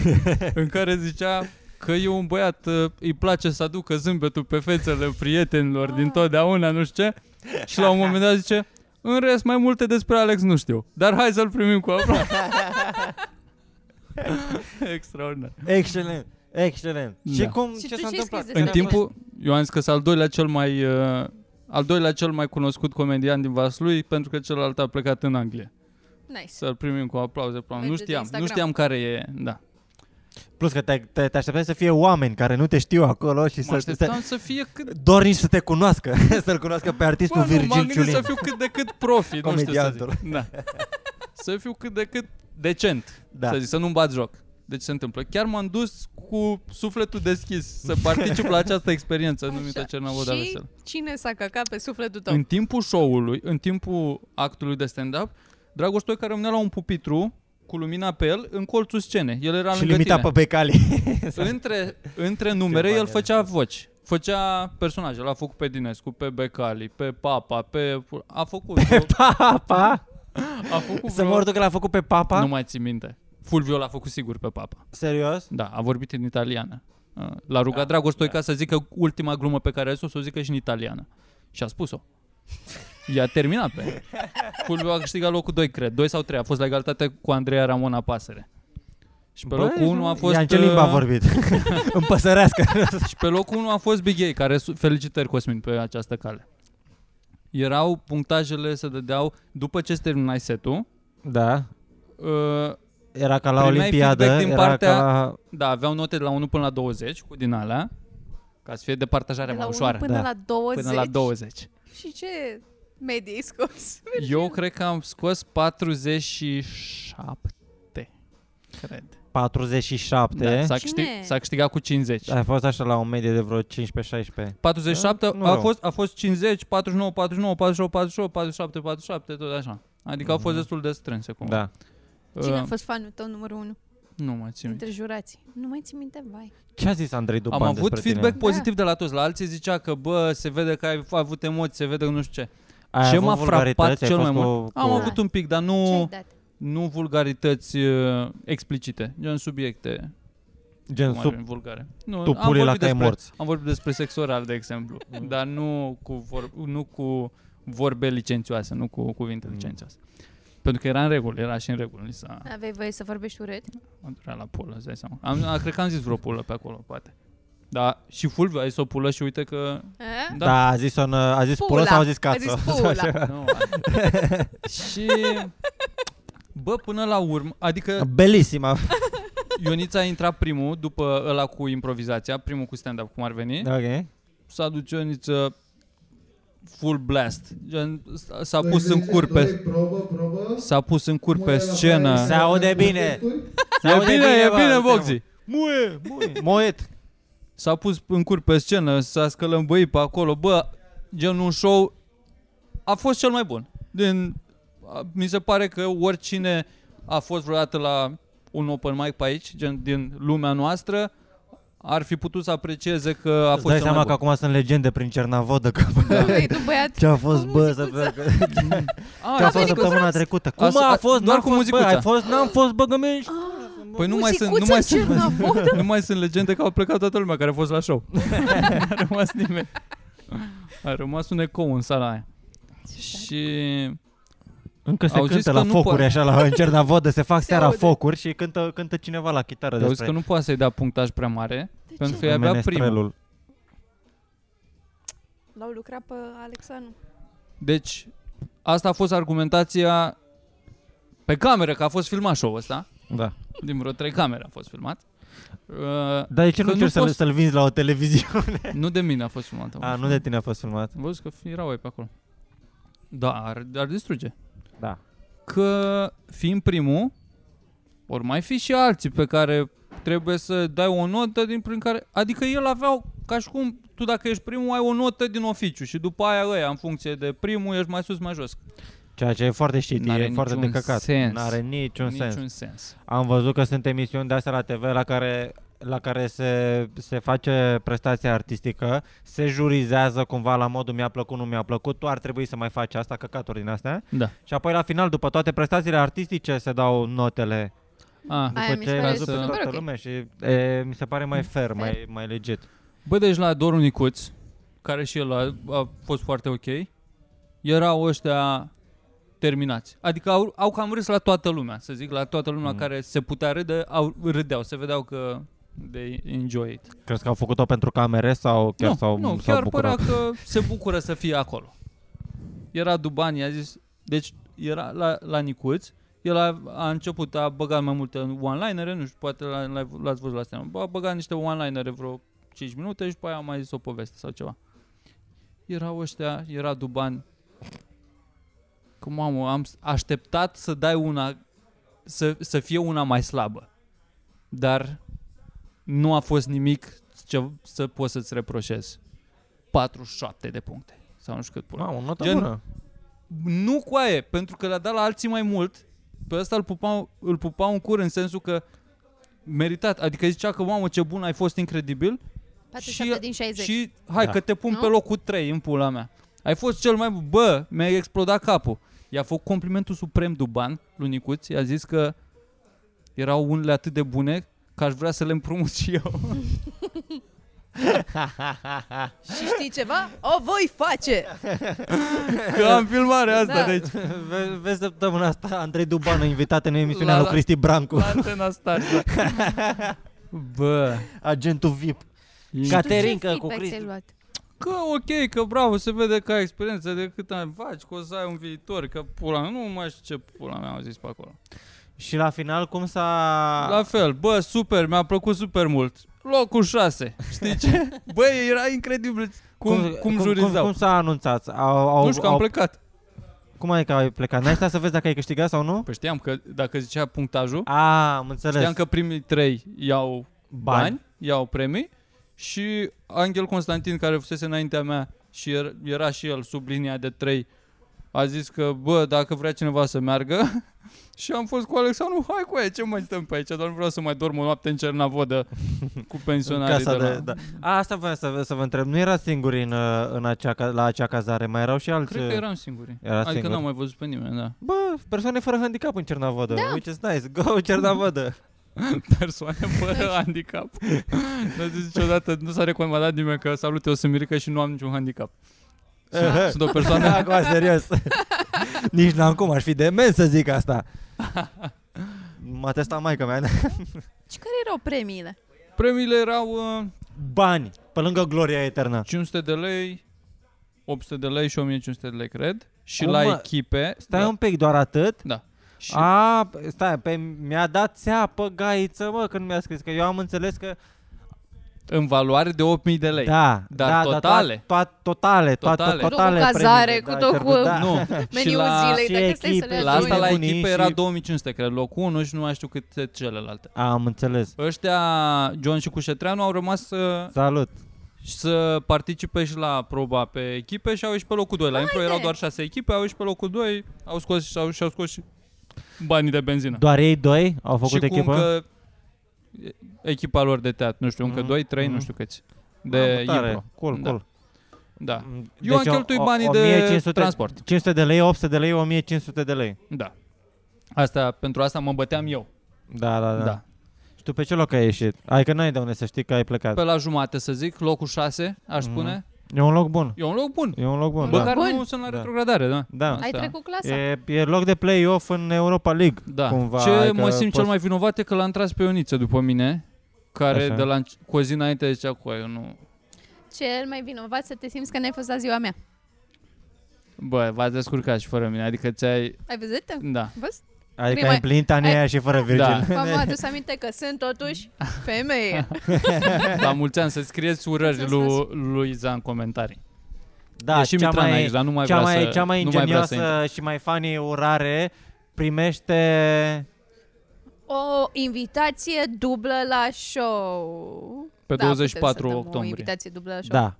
S2: în care zicea că e un băiat, uh, îi place să aducă zâmbetul pe fețele prietenilor din totdeauna, nu știu ce. Și la un moment dat zice, În rest, mai multe despre Alex nu știu. Dar hai să-l primim cu aplauze. Extraordinar.
S3: Excelent, excelent.
S2: Da.
S3: Și cum,
S1: Și
S3: ce
S1: tu
S3: s-a
S1: ce
S3: întâmplat?
S1: scrii
S2: În
S1: Care a
S2: timpul, eu am zis că sunt al doilea cel mai... Uh, al doilea cel mai cunoscut comedian din Vaslui, pentru că celălalt a plecat în Anglia.
S1: Nice.
S2: Să-l primim cu aplauze. aplauze. Nu
S1: Merge de
S2: știam, nu
S1: Instagram.
S2: știam care e, da.
S3: Plus că te, te, te așteptai să fie oameni care nu te știu acolo și
S2: Mă
S3: să te,
S2: așteptam să fie cât
S3: doar nici să te cunoască, să-l cunoască pe artistul
S2: Bă, nu, m-am
S3: Virgil
S2: gândit
S3: Ciulin.
S2: să fiu cât de cât profi, nu știu să
S3: Comediantul.
S2: zic. Da. Să fiu cât de cât decent,
S3: Da.
S2: da. să zic, să nu-mi bat joc. Deci se întâmplă. Chiar m-am dus cu sufletul deschis să particip la această experiență
S1: Așa.
S2: numită Cernavoda
S1: Și
S2: Veselă.
S1: cine s-a căcat pe sufletul tău?
S2: În timpul show-ului, în timpul actului de stand-up, Dragoș Stoica rămânea la un pupitru cu lumina pe el în colțul scenei. El era
S3: Și
S2: lângă
S3: limita
S2: tine.
S3: pe Becali.
S2: Între, între numere
S3: Câteva
S2: el
S3: de-
S2: făcea voci. Făcea personaje. L-a făcut pe Dinescu, pe Becali, pe Papa, pe... A făcut... vreo-
S3: Papa!
S2: A făcut
S3: Să
S2: vreo...
S3: mor că l-a făcut pe Papa?
S2: Nu mai țin minte. Fulvio l-a făcut sigur pe papa.
S3: Serios?
S2: Da, a vorbit în italiană. Uh, L-a rugat da, Dragoș Stoica să zică ultima glumă pe care a zis-o, să o zică și în italiană. Și a spus-o. I-a terminat pe Fulvio a câștigat locul 2, cred. 2 sau 3. A fost la egalitate cu Andreea Ramona Pasăre. Și pe locul 1 a fost... uh,
S3: Ia, în ce limba a vorbit? în păsărească.
S2: Și pe locul 1 a fost Big A, care su- felicitări Cosmin pe această cale. Erau punctajele se dădeau după ce îți terminai setul.
S3: da.
S2: Uh,
S3: Era ca la
S2: Primeai
S3: Olimpiadă.
S2: feedback din
S3: era
S2: partea-
S3: ca la...
S2: Da, aveau note de la 1 până la 20 cu din alea, ca să fie departajarea
S1: de la 1
S2: mai ușoară.
S1: până
S3: Da.
S1: la 20.
S2: Până la 20.
S1: Și ce medie ai scos?
S2: Eu cred că am scos 47. Cred.
S3: 47.
S2: Da, s-a,
S1: Cine?
S2: câștig, s-a câștigat cu 50.
S3: Ai fost așa la o medie de vreo 15-16.
S2: 47
S3: Da, nu
S2: a
S3: rău.
S2: fost, a fost 50, 49, 49, 48, 48, 47, 47, tot așa. Adică au fost destul de strânse cum.
S3: Mhm.
S2: Uh,
S3: Da.
S1: Cine a fost fanul tău numărul 1
S2: Nu mai țin. minte.
S1: dintre jurații? Nu mai țin minte, vai.
S3: Ce a zis Andrei Duban
S2: Am avut
S3: despre
S2: feedback
S3: Tine?
S2: pozitiv de la toți. La alții zicea că, bă, se vede că ai avut emoții, se vede că nu știu ce.
S3: Ai
S2: Ce
S3: avut
S2: m-a frapat
S3: vulgarități? Ai
S2: cel mai
S3: fost
S2: mult?
S3: Cu, cu...
S2: Am
S1: Ah.
S2: avut un pic, dar
S1: Ce-ai
S2: nu,
S1: dat?
S2: nu vulgarități uh, explicite, gen subiecte
S3: Gen
S2: cum ar
S3: sub...
S2: veni, vulgare. Nu,
S3: tu
S2: am
S3: pule la
S2: vorbit
S3: cai
S2: despre-
S3: morți. Mm.
S2: Am vorbit despre sex oral, de exemplu, dar nu cu, vor, nu cu vorbe licențioase, nu cu cuvinte
S3: Mm.
S2: licențioase. Pentru că era în regulă, era și în regulă, ni s-a
S1: Aveai voie să vorbești urât?
S2: durat la pulă, îți dai seama. Am, a, cred că am zis vreo pulă pe acolo, poate. Da, și Fulviu a zis o pulă și uite că...
S1: A?
S3: Da. da, a zis, un, a zis pulă sau a zis cață?
S1: A zis pula.
S2: Nu, și... Bă, până la urmă, adică
S3: Belisima.
S2: Ionița a intrat primul, după ăla cu improvizația, primul cu stand-up, cum ar veni.
S3: ok.
S2: S-a dus Ioniță full blast. Gen, s- S-a pus în cur pe,
S4: Probă, probă.
S2: s-a pus în cur pe
S3: Se
S2: scenă.
S3: aude bine. Se
S2: E
S3: aude
S2: bine, e
S3: bă,
S2: bine,
S3: se
S2: Bogzi.
S3: Muie, muie. Moet.
S2: S-a pus în cur pe scenă, s-a scălâmbăit pe acolo. Bă, gen un show a fost cel mai bun. Din, a- mi se pare că oricine a fost vreodată la un open mic pe aici, gen din lumea noastră, ar fi putut să aprecieze că a
S3: Îți
S2: fost
S3: dai
S2: cel mai
S3: seama că
S2: bun.
S3: acum sunt legende prin Cernavodă. Că...
S1: Ei, tu băiat,
S3: Ce a fost,
S1: Cu
S3: bă,
S1: Da.
S3: să
S1: muzicuța.
S2: Ah,
S3: Ce a
S1: A
S3: fost
S1: venit cu
S3: săptămâna
S1: Franz.
S3: trecută?
S2: A-
S3: Cum a,
S2: a-
S3: fost?
S2: doar
S3: N-a
S2: cu
S3: fost, bă,
S2: muzicuța.
S3: Ai fost, n-am fost, bă, gămești.
S2: Păi nu mai sunt, nu
S1: Muzicuța
S2: mai sunt,
S1: Cernavodă.
S2: nu mai sunt legende că au plecat toată lumea care a fost la show. a rămas nimeni. A rămas un ecou în sala aia. Și
S3: Încă se
S2: Au zis
S3: cântă
S2: că
S3: la
S2: nu
S3: focuri
S2: poate.
S3: așa, la în Cernavodă, se fac seara
S1: aude.
S3: focuri și cântă, cântă cineva la chitară
S2: au zis că
S3: despre
S2: nu poate să-i dea punctaj prea mare,
S1: De
S2: pentru
S1: ce?
S2: că e abia primul.
S3: menestrelul.
S1: L-au lucrat pe Alexanu.
S2: Deci, asta a fost argumentația pe cameră, că a fost filmat show-ul ăsta.
S3: Da.
S2: Din vreo trei camere a fost filmat. Uh,
S3: Dar de ce
S2: Că
S3: nu
S2: nu
S3: cer să-l,
S2: poți-
S3: să-l vinzi la o televiziune?
S2: nu de mine a fost filmat.
S3: A, nu de tine a fost filmat.
S2: Am văzut că erau ei pe acolo. Da, ar, ar distruge.
S3: Da.
S2: că fiind primul, ori mai fi și alții pe care trebuie să dai o notă din prin care... Adică el avea, ca și cum tu dacă ești primul ai o notă din oficiu și după aia ăia în funcție de primul ești mai sus, mai jos.
S3: Ceea ce e foarte știt,
S2: N-are
S3: e foarte de
S2: niciun
S3: căcat.
S2: sens.
S3: N-are niciun, sens.
S2: Niciun sens.
S3: Am văzut că sunt emisiuni de astea la TV la care, la care se, se face prestația artistică, se jurizează cumva la modul mi-a plăcut, nu mi-a plăcut, tu ar trebui să mai faci asta, căcaturi din astea.
S2: Da.
S3: Și apoi la final, după toate prestațiile artistice, se dau notele.
S2: A.
S1: Aia
S3: După
S1: mi
S3: ce
S1: se
S3: ai
S1: pare
S3: văzut pe
S2: super
S3: toată
S1: ok.
S3: lumea și e, mi se pare mai fair, mai, mai legit.
S2: Bă, deci la Doru Nicuț, care și el a, a fost foarte ok, erau ăștia terminați. Adică au, au cam râs la toată lumea, să zic, la toată lumea
S3: Mm.
S2: mm. care se putea râde, au, râdeau, se vedeau că they enjoy it.
S3: Crezi că au făcut-o pentru camere sau chiar
S2: nu,
S3: s-au,
S2: nu,
S3: s-au
S2: chiar
S3: bucurat?
S2: părea că se bucură să fie acolo. Era Duban, i-a zis, deci era la, la Nicuț, el a, a început, a băgat mai multe one-linere, nu știu, poate la, la, l-ați văzut la scenă, a băgat niște one-linere vreo 5 minute și după aia a mai zis o poveste sau ceva. Erau ăștia, era Duban, că mamă, am s- așteptat să dai una, să, să fie una mai slabă, dar nu a fost nimic ce să poți să-ți reproșezi. 47 de puncte. Sau nu știu cât pula.
S3: Mamă, notă
S2: Gen-
S3: bună.
S2: Nu coaie, pentru că le-a dat la alții mai mult. Pe ăsta îl pupau, îl pupau în cur în sensul că meritat. Adică zicea că, mamă, ce bun ai fost incredibil
S1: 47 din 60.
S2: și hai
S3: Da.
S2: da. că te pun
S1: Exact. Nu?
S2: pe locul 3 în pula mea. Ai fost cel mai bun. Bă, mi-ai explodat capul. I-a făcut complimentul suprem Duban, lui Nicuț, i-a zis că erau unele atât de bune că aș vrea să le împrumut și eu.
S1: Și știi ceva? O voi face!
S2: Că am filmarea asta,
S1: Da.
S2: da. deci
S3: Ve- Vezi săptămâna asta Andrei Duban invitat în emisiunea
S2: La-
S3: lui
S2: la-
S3: Cristi Brancu,
S2: la antena star. Da. Bă.
S3: agentul VIP.
S2: Cat-
S3: Caterinca
S1: Ce
S3: cu
S1: feedback
S3: Cristi.
S1: ți-ai luat?
S2: Că ok, că bravo, se vede că ai experiență de cât ani faci, că o să ai un viitor, că pula mea, nu mai știu ce pula mea au zis pe acolo.
S3: Și la final cum s-a...
S2: La fel, bă, super, mi-a plăcut super mult. Locul 6, știi ce? Bă, era incredibil cum, cum, cum
S3: cum,
S2: jurizau.
S3: cum s-a anunțat? Au, au,
S2: nu știu că am
S3: au,
S2: plecat.
S3: Cum ai că ai plecat? N-ai stat să vezi dacă ai câștigat sau nu?
S2: Păi știam că dacă zicea punctajul,
S3: A, am înțeles.
S2: știam că primii trei iau bani, bani iau premii și Angel Constantin, care fusese înaintea mea și er- era și el sub linia de 3, a zis că, bă, dacă vrea cineva să meargă, și am fost cu Alexandru, hai cu aia, ce mai stăm pe aici, doar nu vreau să mai dorm o noapte în Cernavodă cu
S3: În
S2: pensionarii
S3: casa
S2: de, la...
S3: de, da. A, asta voiam să, să vă întreb. Nu era singur în, uh, în acea, ca- la acea cazare, mai erau și alți... uh,
S2: Cred că eram singuri.
S3: Era
S2: adică
S3: singur.
S2: n-am mai văzut pe nimeni, da.
S3: Bă, persoane fără handicap în Cernavodă. Da. Which is nice. Go Cernavodă.
S2: Persoane fără handicap. N-a zis niciodată, nu s-a recomandat nimeni că salut, eu sunt Mirica și nu am niciun handicap. Sunt, sunt o persoană
S3: Acum, serios. Nici n-am cum, aș fi dement să zic asta. M-a testat maica mea.
S1: Și care erau premiile?
S2: Premiile erau uh,
S3: Bani, pe lângă gloria eternă.
S2: 500 de lei, 800 de lei și 1500 de lei, cred. Și
S3: Cum,
S2: la
S3: mă?
S2: echipe.
S3: Stai
S2: da,
S3: un pic, doar atât?
S2: Da. Și A,
S3: A, stai, pe mi-a dat țeapă gaiță, mă, când mi-a scris, că eu am înțeles că...
S2: în valoare de 8000 de lei.
S3: Da,
S2: Dar
S3: da,
S2: totale.
S3: Da, to- to- totale, to-
S2: Totale.
S3: to-
S2: Cu
S3: totale.
S1: tot cu cazare,
S3: premiile,
S1: cu
S3: da,
S1: tot
S3: chiar
S1: cu-
S3: Da.
S2: Nu. și
S1: Meniul
S2: la,
S1: zilei,
S3: și
S1: dacă stai să
S3: echipe,
S1: le
S2: la asta la
S3: Nebunii
S2: echipe
S3: și-
S2: era 2500, cred, locul 1 și nu mai știu cât celelalte.
S3: Am înțeles.
S2: Ăștia, John și Cușetreanu, au rămas uh, să,
S3: Salut.
S2: să participe și la proba pe echipe și au ieșit pe locul 2. La Impro erau doar 6 echipe, au ieșit pe locul 2, au scos și au, și-au scos și banii de benzină.
S3: Doar ei doi au
S2: și
S3: făcut
S2: cu
S3: echipă?
S2: încă echipa lor de teatru, nu știu, încă
S3: Mhm.
S2: 2, 3,
S3: Mhm.
S2: nu știu câți. De
S3: Mamă, tare.
S2: impro.
S3: Cool,
S2: Da.
S3: cool.
S2: Da.
S3: Deci
S2: Eu am
S3: o-
S2: cheltuit
S3: o-
S2: banii de
S3: 1500
S2: transport.
S3: 500 de lei, 800 de lei, 1500 de lei.
S2: Da. Asta, pentru asta mă băteam eu.
S3: Da, da, da.
S2: Da.
S3: da. Și tu pe ce loc ai ieșit? Ai că n-ai de unde să știi că ai plecat.
S2: Pe la jumate, să zic, locul 6, aș
S3: Mhm.
S2: spune.
S3: E un loc bun.
S2: E un loc bun.
S3: E un loc bun,
S2: Măcar
S1: Bun.
S2: nu sunt la
S3: Da.
S2: retrogradare, da.
S3: da.
S2: Asta.
S1: Ai trecut clasa?
S3: da. E, e loc de play-off în Europa League.
S2: Da.
S3: Cumva,
S2: Ce
S3: adică
S2: mă simt
S3: poți-
S2: cel mai vinovat e că l-am tras pe Ioniță după mine, care
S3: Așa.
S2: de la înc- cu o zi înainte zicea cu eu nu...
S1: Cel mai vinovat să te simți că n-ai fost la ziua mea.
S2: Bă, v-ați descurcat și fără mine, adică ți-ai...
S1: Ai văzut?
S2: Da.
S1: Văzut?
S3: Adică
S1: Prima-
S3: ai împlinit anii
S1: ai-
S3: aia și fără Virgil.
S1: V-am adus aminte că sunt totuși femeie.
S2: La mulți ani să scrieți urări
S1: Mulțumesc,
S2: lui, lui Iza în comentarii.
S3: Da,
S2: e și
S3: cea
S2: Mitran
S3: mai,
S2: aici, dar nu mai
S3: cea
S2: vrea
S3: mai,
S2: să,
S3: cea mai
S2: nu mai vrea
S3: ingenioasă
S2: să intre.
S3: și mai funny urare primește...
S1: O invitație dublă la show.
S2: Pe
S1: Da, putem să
S2: 24
S1: dăm O
S2: octombrie.
S1: invitație dublă la show.
S3: Da,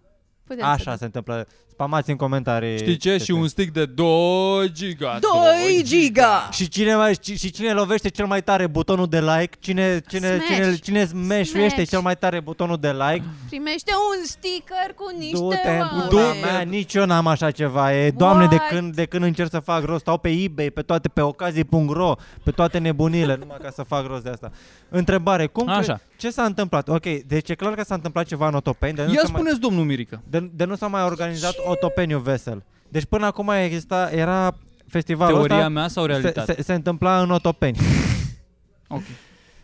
S1: Putem să
S3: așa
S1: dăm.
S3: se întâmplă. Spamați în comentarii.
S2: Știi ce? Și un stick de 2 giga.
S1: 2 giga!
S3: Și cine, mai, și, și cine lovește cel mai tare butonul de like, cine, cine,
S1: Smash.
S3: cine, cine smash-uiește
S1: Smash.
S3: cel mai tare butonul de like,
S1: Primește un sticker cu niște
S3: du-te în
S1: oameni.
S3: pula mea, nici eu n-am așa ceva. E, doamne, de
S1: What?
S3: când, de când încerc să fac rost, stau pe eBay, pe toate, pe ocazii.ro, pe toate nebunile, numai ca să fac rost de asta. Întrebare, cum, cre-
S2: Așa.
S3: ce s-a întâmplat? Ok, deci e clar că s-a întâmplat ceva în Otopeni, dar nu
S2: Ia
S3: s-a mai-
S2: spuneți, domnul Mirica.
S3: De, de nu s-a mai organizat Otopeniu Vesel. Deci până acum exista, era festivalul
S2: Teoria
S3: ăsta
S2: mea sau
S3: se,
S2: realitate?
S3: se, se întâmpla în Otopeni.
S2: Ok.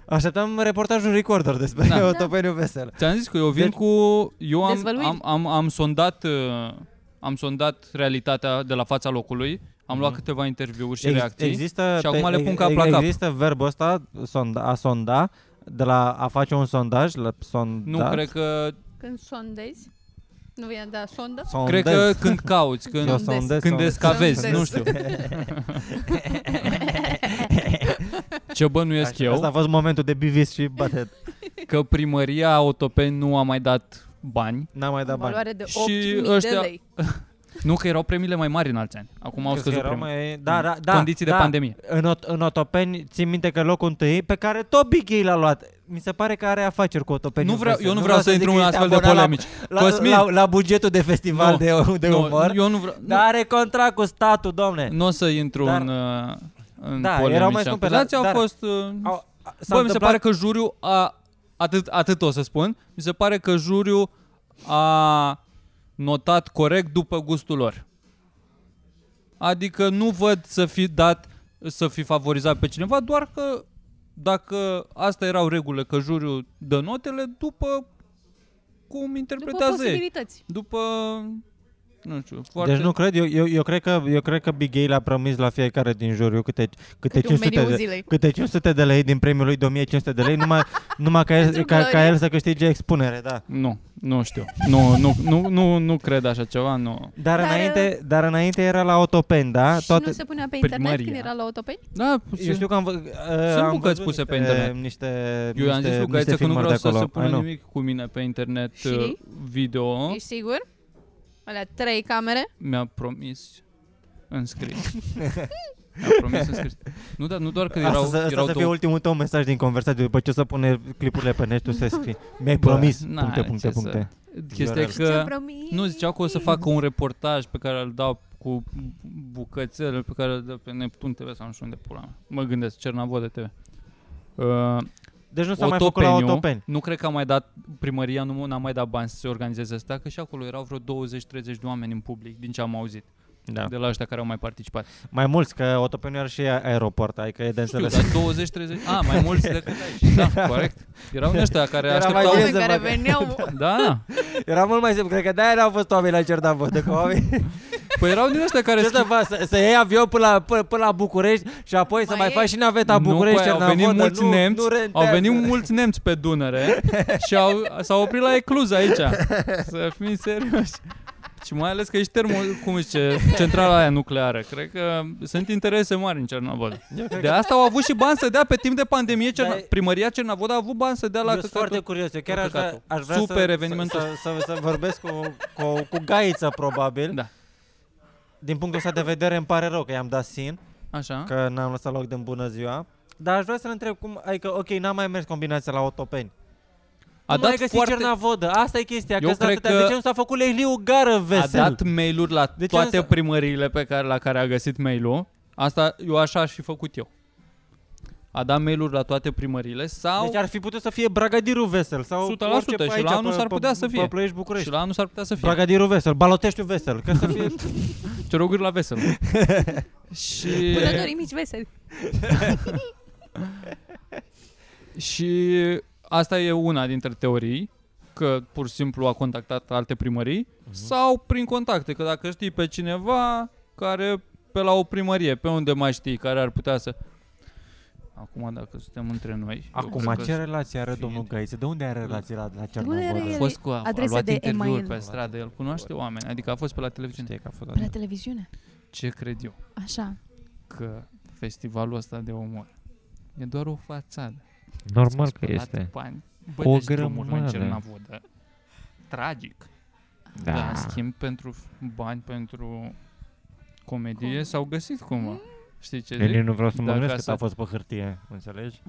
S3: Așteptăm reportajul recorder despre
S2: Da.
S3: da.
S2: Da.
S3: Otopeniul vesel.
S2: Ți-am zis că eu vin
S3: Deci-
S2: cu... Eu am,
S1: Dezvăluiri.
S2: am, am, am, sondat, uh, am sondat realitatea de la fața locului, am luat câteva interviuri și
S3: Mhm. Ex-
S2: reacții.
S3: Există,
S2: și acum le pun
S3: ex-
S2: cap la
S3: ex-
S2: cap.
S3: Există verbul ăsta, sonda, a sonda, de la a face un sondaj, la sonda,
S2: nu, cred că...
S1: Când sondezi, nu vine, da, sondă.
S3: sondez.
S2: Cred că când cauți,
S3: Eu
S2: când,
S1: Sondez.
S3: sondez,
S2: când
S3: sondez.
S2: descavezi,
S1: Sondez.
S2: nu știu. Ce bănuiesc
S3: Așa,
S2: eu?
S3: Asta a fost momentul de bivis și batet.
S2: că primăria Otopeni nu a mai dat bani.
S3: N-am mai
S1: Da,
S3: dat bani.
S1: valoare de 8.000
S2: Și
S1: de
S2: ăștia-
S1: lei.
S2: Nu, că erau premiile mai mari în alți ani. Acum au
S3: Că
S2: scăzut
S3: erau
S2: premiile.
S3: mai, da, da, da,
S2: Condiții
S3: da.
S2: de pandemie.
S3: În, Ot- în Otopeni, țin minte că locul întâi, pe care tot Big Gay l-a luat. Mi se pare că are afaceri cu Otopeni.
S2: Nu vreau, eu nu vreau să intru în astfel de polemici.
S3: La,
S2: Cosmin.
S3: la, la bugetul de festival
S2: Nu,
S3: de, de
S2: nu,
S3: umor.
S2: eu nu vreau, nu,
S3: Dar are contract cu statul, domne.
S2: nu o să intru
S3: Dar-
S2: în, uh, în
S3: Da, erau
S2: polemici.
S3: mai scumpe,
S2: Acuzații
S3: dar-
S2: au
S3: dar-
S2: fost... Uh,
S3: Au, a, s-a
S2: bă, mi se
S3: întâmplat-
S2: pare că juriu a... Atât, atât o să spun. Mi se pare că juriu a notat corect după gustul lor. Adică nu văd să fi dat, să fi favorizat pe cineva, doar că dacă asta erau regulile, că juriu dă notele după cum
S1: După
S2: interpretează ei.
S1: posibilități.
S2: după nu știu, foarte
S3: Deci nu cred, eu, eu, eu, cred că, eu cred că Big Gay le-a promis la fiecare din juriu câte, câte,
S1: Câte un
S3: 500,
S1: meniu
S3: de,
S1: zilei.
S3: câte 500 de lei din premiul lui de 1500 de lei, numai, numai ca, el,
S1: Pentru
S3: ca, ca
S1: glorie.
S3: el să câștige expunere, da.
S2: nu, nu știu. Nu, nu, nu, nu, nu cred așa ceva, nu.
S1: Dar,
S3: Dar,
S1: uh,
S3: înainte, dar înainte era la Otopen, da?
S1: și nu se punea pe internet
S2: Primăria.
S1: când era la autopeni?
S2: Da,
S3: Eu știu că am, vă, uh, am
S2: bucăți
S3: văzut
S2: puse pe
S3: niște-
S2: internet.
S3: Niște,
S2: eu i-am
S3: niște,
S2: zis lui
S3: niște
S2: Gaiță că nu
S3: filmări
S2: vreau
S3: de
S2: să
S3: acolo.
S2: se pună
S3: I know.
S2: nimic cu mine pe internet
S1: Și?
S2: uh, video.
S1: Ești sigur? Alea trei camere?
S2: Mi-a promis în scris. Mi-a promis în scris. Nu, dar nu doar că
S3: Asta,
S2: erau,
S3: să, asta
S2: erau
S3: să fie
S2: două...
S3: ultimul tău mesaj din conversație După ce o să pune clipurile pe net Tu să scrii Mi-ai
S2: Bă,
S3: promis
S2: na,
S3: Puncte,
S2: ce
S3: puncte,
S2: să-
S3: puncte
S2: Chestia e
S3: Și
S2: că...
S1: promis?
S2: Nu, ziceau că o să facă un reportaj pe care îl dau cu bucățele pe care îl dă pe Neptun TV sau nu știu unde pula mea. Mă gândesc, Cernavodă TV. Uh,
S3: Deci nu s-a mai făcut la
S2: Otopeniu,
S3: Otopeni
S2: nu cred că a mai dat primăria, nu n-a mai dat bani să se organizeze asta, că și acolo erau vreo 20-30 de oameni în public, din ce am auzit,
S3: da.
S2: de la ăștia care au mai participat.
S3: Mai mulți, că Otopeniu are și aeroport Adică e de
S2: Nu știu,
S3: înțeles
S2: dar 20-30, a, mai mulți decât aici, da, corect. Erau din ăștia care
S3: Era mai
S2: așteptau...
S3: bine
S1: Oameni
S3: să
S1: care
S3: facă.
S1: veneau
S2: Da,
S3: Era mult mai simplu, cred că de-aia n-au fost oameni la Cerdavă, de că oameni...
S2: păi erau din ăștia care...
S3: Ce să
S2: schi-
S3: faci, să, să iei avion până la, până, până la București și apoi să
S1: Mai
S3: mai
S1: e?
S3: faci și naveta București,
S2: nu, păi, au
S3: Cernavodă,
S2: venit mulți
S3: nu,
S2: nemți,
S3: nu rentează.
S2: au venit mulți nemți pe Dunăre și au, s-au oprit la Ecluz aici. Să fim serioși. Și mai ales că ești termo, cum zice, centrala aia nucleară. Cred că sunt interese mari în Cernavodă. De asta au avut și bani să dea pe timp de pandemie. Cerna...
S3: Dar-
S2: Primăria Cernavodă a avut bani să dea la
S3: Eu sunt foarte
S2: căcatul.
S3: curios, eu chiar
S2: la
S3: aș vrea,
S2: căcatul.
S3: aș vrea
S2: Super
S3: să,
S2: evenimentul
S3: să, să, să, vorbesc cu, cu, cu Gaiță, probabil.
S2: Da.
S3: Din punctul ăsta de vedere îmi pare rău că i-am dat sin,
S2: Așa.
S3: că n-am lăsat loc de bună ziua. Dar aș vrea să-l întreb cum, adică, ok, n-am mai mers combinația la Otopeni.
S2: A
S3: nu mai
S2: dat,
S3: găsit
S2: foarte,
S3: Cernavodă, asta e chestia. Că
S2: Eu
S3: sunt
S2: cred
S3: atâtea-
S2: că-
S3: De ce nu s-a făcut Lehliu Gară
S2: a
S3: vesel?
S2: dat mail-uri la
S3: De ce
S2: toate
S3: însă-
S2: primăriile pe care, la care a găsit mail-ul. Asta eu așa aș fi făcut eu. A dat mail-uri la toate primăriile sau...
S3: Deci ar fi putut să fie Bragadirul Vesel sau
S2: 100%
S3: orice pe
S2: și la
S3: aici,
S2: anul
S3: pe-
S2: s-ar
S3: pe-
S2: putea să fie.
S3: Pe Ploiești,
S2: Și
S3: București.
S2: la anul s-ar putea să fie.
S3: Bragadirul Vesel, Baloteștiul Vesel, ca să fie
S2: Ce roguri la vesel. și,
S1: punătorii mici veseli.
S2: și asta e una dintre teorii, că pur și simplu a contactat alte primării,
S4: Mhm.
S2: sau prin contacte, că dacă știi pe cineva care pe la o primărie, pe unde mai știi, care ar putea să... Acum dacă suntem între noi... eu
S3: Acum,
S2: cred că
S3: ce relație are
S2: fie-
S3: domnul Gaiță? De unde are relație la, la
S1: are
S2: a
S3: Cernavodă?
S1: el?
S2: fost cu a, a
S1: Adrese
S2: luat
S1: de
S2: interviuri
S1: email.
S2: pe stradă, el cunoaște oameni, adică a fost pe la televiziune.
S3: Știi că a fost
S1: Pe la televiziune.
S2: Ce cred eu?
S1: Așa.
S2: Că festivalul ăsta de omor e doar o fațadă.
S4: Normal
S2: S-au
S4: că
S2: spălat
S4: este.
S2: Bani. Bă,
S4: O
S2: o deci drumurile în
S4: grămadă.
S2: Cernavodă. Tragic. Da. Dar în schimb pentru f- bani, pentru comedie
S1: Com-
S2: s-au găsit cumva. Știi ce
S4: Eu nici
S2: zic?
S4: nu vreau să mă
S2: Dacă
S4: gândesc
S2: asta-
S3: Cât a fost pe hârtie, înțelegi?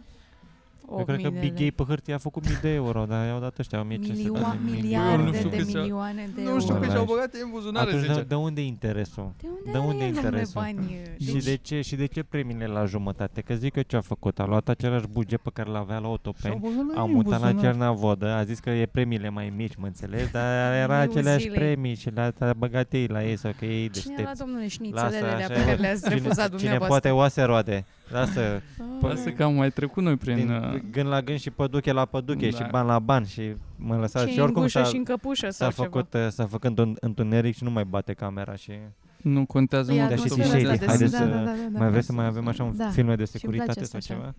S1: O,
S3: Eu cred că Big Gay pe hârtie a făcut mii de euro, dar i-au dat ăștia 1500
S1: Milioa,
S3: de mii de
S2: Eu nu
S1: miliarde
S2: știu
S1: de
S2: că se-
S1: milioane de
S2: Nu
S1: euro.
S2: știu că
S3: Ăla
S2: și-au
S3: și-
S2: băgat ei în buzunare,
S3: Atunci, păi, de,
S2: zicea.
S3: de unde e interesul?
S1: De unde,
S3: De unde e
S1: ai, domnule,
S3: interesul?
S1: banii? Deci
S3: Și de ce, și de ce premiile la jumătate? Că zic eu ce a făcut. A luat același buget pe care l-avea la Otopeni, a mutat la Cernavodă, a zis că e premiile mai mici, mă înțelegi, dar era
S1: New
S3: aceleași
S1: Zealand.
S3: premii și le-a a băgat ei la ei sau că ei
S1: Cine a luat,
S3: deștepți.
S1: domnule,
S3: Lasă,
S1: șnițelele alea
S3: așa
S1: pe
S3: e.
S1: care le-ați refuzat
S3: Cine
S1: dumneavoastră?
S3: poate Păi, oase roade. Lasă
S2: Lasă că am mai trecut noi prin...
S3: din
S2: uh,
S3: gând la gând și păduche la păduche
S2: Da.
S3: și ban la ban și mă lăsați
S1: Și
S3: și
S1: în
S3: oricum
S1: gușă
S3: s-a,
S1: și în căpușă sau
S3: s-a făcut, uh, s-a făcut întun- întuneric și nu mai bate camera și...
S2: Nu contează
S1: ceva.
S2: mult.
S3: Ia,
S2: tot
S3: și
S2: nu
S1: atmosfera
S3: shady.
S1: asta de- da,
S2: contează.
S3: Haideți să-
S1: da, da, da, da.
S3: mai vreți să mai avem așa un
S1: Da. îmi
S3: filme de
S1: place
S3: securitate
S1: asta,
S3: sau ceva?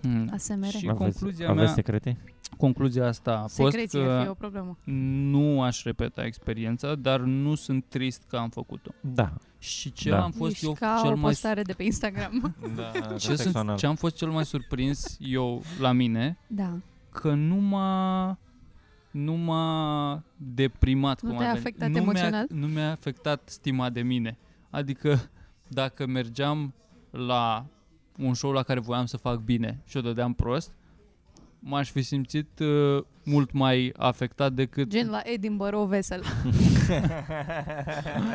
S2: Mm.
S1: ASMR.
S2: Și
S3: Aveți-
S2: concluzia
S3: aveți
S2: mea,
S3: secrete?
S2: concluzia asta a fost uh,
S1: Secreții ar fi
S2: că
S1: o problemă.
S2: nu aș repeta experiența, dar nu sunt trist că am făcut-o.
S3: Da.
S2: Și ce
S3: Da.
S2: am fost
S1: Ești
S2: eu
S1: ca
S2: cel
S1: o
S2: mai
S1: postare de pe Instagram.
S3: da
S2: ce, sunt, ce am fost cel mai surprins eu la mine,
S1: da.
S2: că nu m-a nu m-a deprimat
S1: Nu
S2: cum
S1: te-a
S2: ar veni.
S1: afectat
S2: nu
S1: emoțional?
S2: Mi-a, nu mi-a afectat stima de mine. Adică dacă mergeam la un show la care voiam să fac bine și o dădeam prost, m-aș fi simțit uh, mult mai afectat decât
S1: Gen la Edinburgh vesel.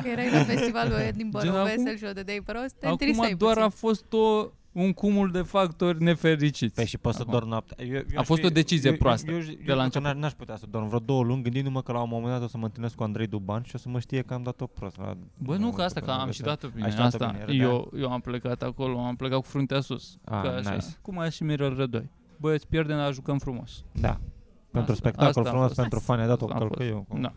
S1: Că erai la festivalul Edinburgh
S2: Gen, acum-
S1: vesel și o dădeai prost, te
S2: Acum
S1: întristai
S2: doar
S1: puțin.
S2: a fost o, un cumul de factori nefericiți.
S3: Păi și poți să
S2: Acum.
S3: dormi noaptea. Eu, eu
S2: A
S3: aș
S2: fost
S3: fi-
S2: o decizie
S3: eu,
S2: proastă
S3: eu, eu, eu,
S2: la
S3: eu
S2: început.
S3: n-aș, n-aș putea să dorm vreo două luni, gândindu-mă că la un moment dat o să mă întâlnesc cu Andrei Duban și o să mă știe că am dat-o prost. La,
S2: Bă, nu, că asta, că am și dat
S3: Ai
S2: opinia
S3: și dat
S2: asta.
S3: opinie, da.
S2: eu, eu am plecat acolo, am plecat cu fruntea sus.
S3: Ah,
S2: că așa.
S3: nice.
S2: Cum a și Mirel Rădoi. Bă, îți pierdem, dar jucăm frumos.
S3: Da.
S2: Asta-
S3: Pentru
S2: asta
S3: spectacol
S2: a
S3: frumos,
S2: fost.
S3: pentru fani, a dat-o
S2: Asta a
S3: călcă
S2: fost.
S3: eu.
S2: Da.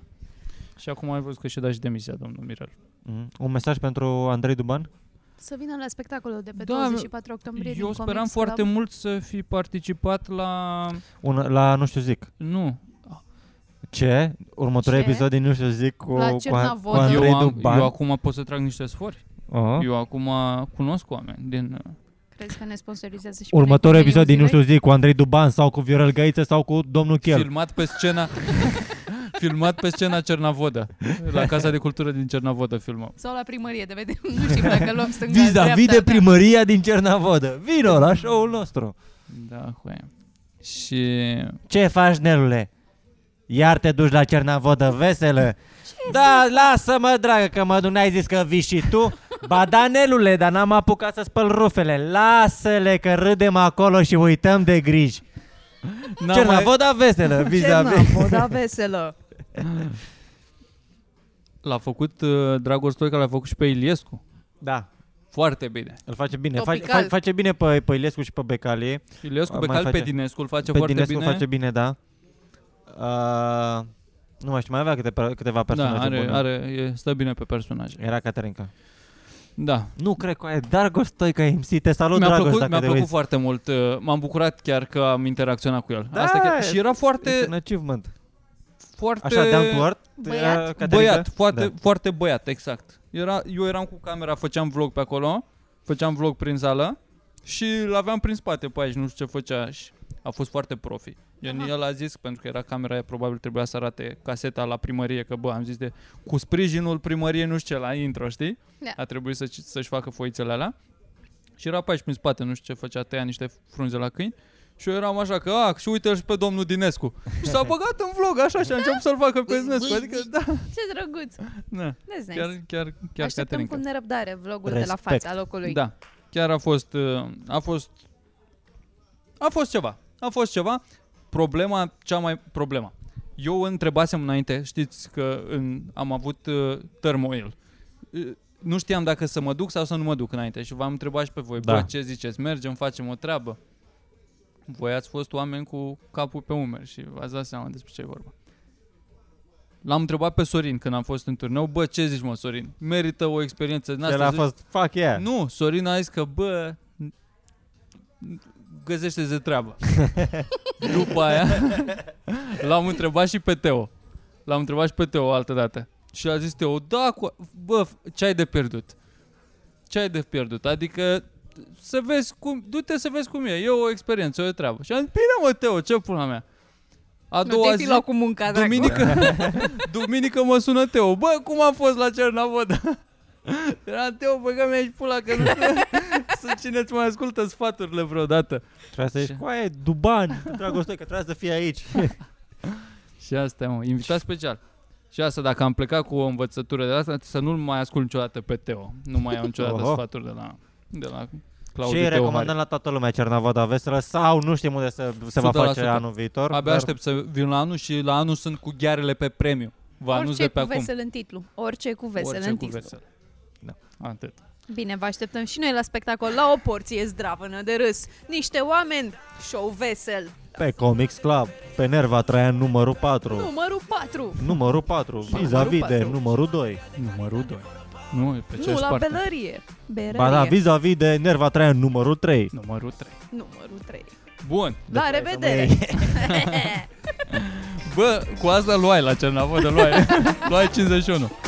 S2: Și acum ai văzut că și-a dat și demisia, domnul Mirel.
S3: Mhm. Un mesaj pentru Andrei Duban?
S1: Să vină la spectacolul de pe
S2: Da,
S1: 24 octombrie
S2: Eu
S1: din
S2: speram
S1: Comics
S2: foarte
S1: Club.
S2: mult să fi participat la...
S3: Un, la Nu știu zic.
S2: Nu,
S3: Ce? Următorul
S1: Ce?
S3: episod din Nu știu zic cu,
S1: La
S3: cu, cu,
S1: Cernavodă.
S3: cu Andrei
S2: eu, am,
S3: Duban. Oh?
S2: eu acum pot să trag niște sfori.
S3: Aha.
S2: Eu acum cunosc oameni din... uh,
S1: Crezi că ne
S3: Deci,
S1: sponsorizează și pe noi
S3: Următorul
S1: cu
S3: episod din Nu
S1: zilei?
S3: știu zi cu Andrei Duban sau cu Viorel Gaiță sau cu domnul Chel.
S2: Filmat pe scena Filmat pe scena Cernavodă La Casa de Cultură din Cernavodă filmăm
S1: Sau la primărie, de vedem. Nu știm dacă luăm stânga
S3: Vis-a-vis
S1: dreapta,
S3: de
S1: da.
S3: primăria din Cernavodă. Vino la show-ul nostru.
S2: Da, hoia Și
S3: Ce faci, Nelule? Iar te duci la Cernavodă veselă? Da, lasă-mă, dragă, că mă n-ai zis că vii și tu. Ba da, Nelule, dar n-am apucat să spăl rufele. Lasă-le că râdem acolo și uităm de griji.
S2: n-am mai,
S3: Cernavodă veselă, vis-a-vis.
S1: Voda veselă.
S2: L-a făcut uh, Dragoș Stoica L-a făcut și pe Iliescu
S3: Da,
S2: Foarte bine
S3: îl face bine. Face,
S1: Topical.
S3: fa- face bine pe, pe Ilescu și pe Becalie.
S2: Iliescu
S3: Mai
S2: pe cal
S3: face-
S2: pe Dinescu Îl face
S3: Pe
S2: foarte
S3: Dinescu
S2: bine
S3: face bine, da. Uh, nu mai știu, mai avea câte, câteva personaje
S2: Da, are,
S3: bune.
S2: are e, Stă bine pe personaje
S3: Era Caterinca.
S2: Da
S3: Nu cred că e Dragos Stoica MC. Te salut,
S2: mi-a
S3: Dragos,
S2: plăcut,
S3: dacă
S2: mi-a
S3: te
S2: plăcut
S3: uiți.
S2: foarte mult uh, M-am bucurat chiar că am interacționat cu el
S3: Da,
S2: Asta chiar. Și era
S3: It's
S2: foarte
S3: an achievement.
S2: Foarte
S3: Așa, down to earth.
S1: Băiat?
S3: uh, Caterinca?
S2: Băiat, foarte,
S3: Da.
S2: foarte băiat, exact. Era, eu eram cu camera, făceam vlog pe acolo, făceam vlog prin sală și l aveam prin spate pe aici, nu știu ce făcea și a fost foarte profi. Gen,
S1: Aha.
S2: el a zis, pentru că era camera aia, probabil trebuia să arate caseta la primărie, că bă, am zis de cu sprijinul primăriei, nu știu ce, la intro, știi?
S1: Da.
S2: A trebuit să, să-și facă foițele alea. Și era pe aici prin spate, nu știu ce făcea, tăia niște frunze la câini. Și eu eram așa că, a, și uite-l și pe domnul Dinescu. Și s-a băgat în vlog așa și a început să-l facă pe Dinescu. Adică, da,
S1: Ce drăguț.
S2: da,
S1: That's nice.
S2: chiar, chiar, chiar
S1: Așteptăm
S2: Caterinca.
S1: cu nerăbdare vlogul de la
S3: Respect.
S1: fața locului.
S2: Da, chiar a fost, uh, a fost, a fost ceva, a fost ceva. Problema, cea mai, problema. Eu întrebasem înainte, știți că în, am avut uh, turmoil. Uh, Nu știam dacă să mă duc sau să nu mă duc înainte și v-am întrebat și pe voi,
S3: Da.
S2: bă, ce ziceți, mergem, facem o treabă. Voi ați fost oameni cu capul pe umeri și v-ați dat seama despre ce e vorba. L-am întrebat pe Sorin când am fost în turneu, bă, ce zici mă, Sorin? Merită o experiență din
S3: El
S2: asta?
S3: a
S2: Zici,
S3: fost, fuck yeah.
S2: nu, Sorin a zis că, bă, găsește de treabă. După aia l-am întrebat și pe Teo. L-am întrebat și pe Teo altă dată. Și a zis Teo, da, cu... bă, ce ai de pierdut? Ce ai de pierdut? Adică să vezi cum, du-te să vezi cum e, e o experiență, e o treabă. Și am zis, bine mă, Teo, ce pula mea? A
S1: nu
S2: doua
S1: te fi
S2: zi,
S1: luat cu munca, dragul.
S2: duminică, duminică mă sună Teo, bă, cum a fost la Cernavodă? Era Teo, bă, că mi-ai pula că nu Lasă cine îți mai ascultă sfaturile vreodată.
S3: Trebuie să ieși
S2: Ce?
S3: cu aia, e Duban, dragoste, că trebuie să fie aici.
S2: Și asta, e, mă, invitat special. Și asta, dacă am plecat cu o învățătură de asta, să nu-l mai ascult niciodată pe Teo. Nu mai iau niciodată
S3: Oho.
S2: sfaturi de la, de la Claudiu
S3: Și îi
S2: Teo
S3: recomandăm
S2: Mare.
S3: la toată lumea Cernavoda Veselă sau nu știm unde se, se va
S2: 100%.
S3: face anul viitor.
S2: Abia
S3: dar-
S2: aștept să vin la anul și la anul sunt cu ghearele pe premiu. Vă anunț
S1: Orice
S2: de pe
S1: cu
S2: acum.
S1: vesel în titlu. Orice cu vesel
S2: Orice
S1: în
S2: cu
S1: titlu.
S2: vesel.
S3: Da.
S2: Atât.
S1: Bine, vă așteptăm și noi la spectacol, la o porție zdravănă de râs. Niște oameni, show vesel.
S3: Pe Comics Club, pe Nerva Traian numărul 4.
S1: Numărul 4.
S3: Numărul 4,
S1: Numărul
S3: vis-a-vis
S1: patru.
S3: de numărul 2.
S2: Numărul 2. Nu, e pe ce
S1: Nu, la
S2: parte?
S1: belărie. Berărie.
S3: Ba da, vis-a-vis de Nerva Traian numărul 3.
S2: Numărul 3.
S1: Numărul 3.
S2: Bun.
S1: La
S3: Deci,
S1: revedere!
S2: Bă, cu asta luai la Cernavoda, luai. luai 51.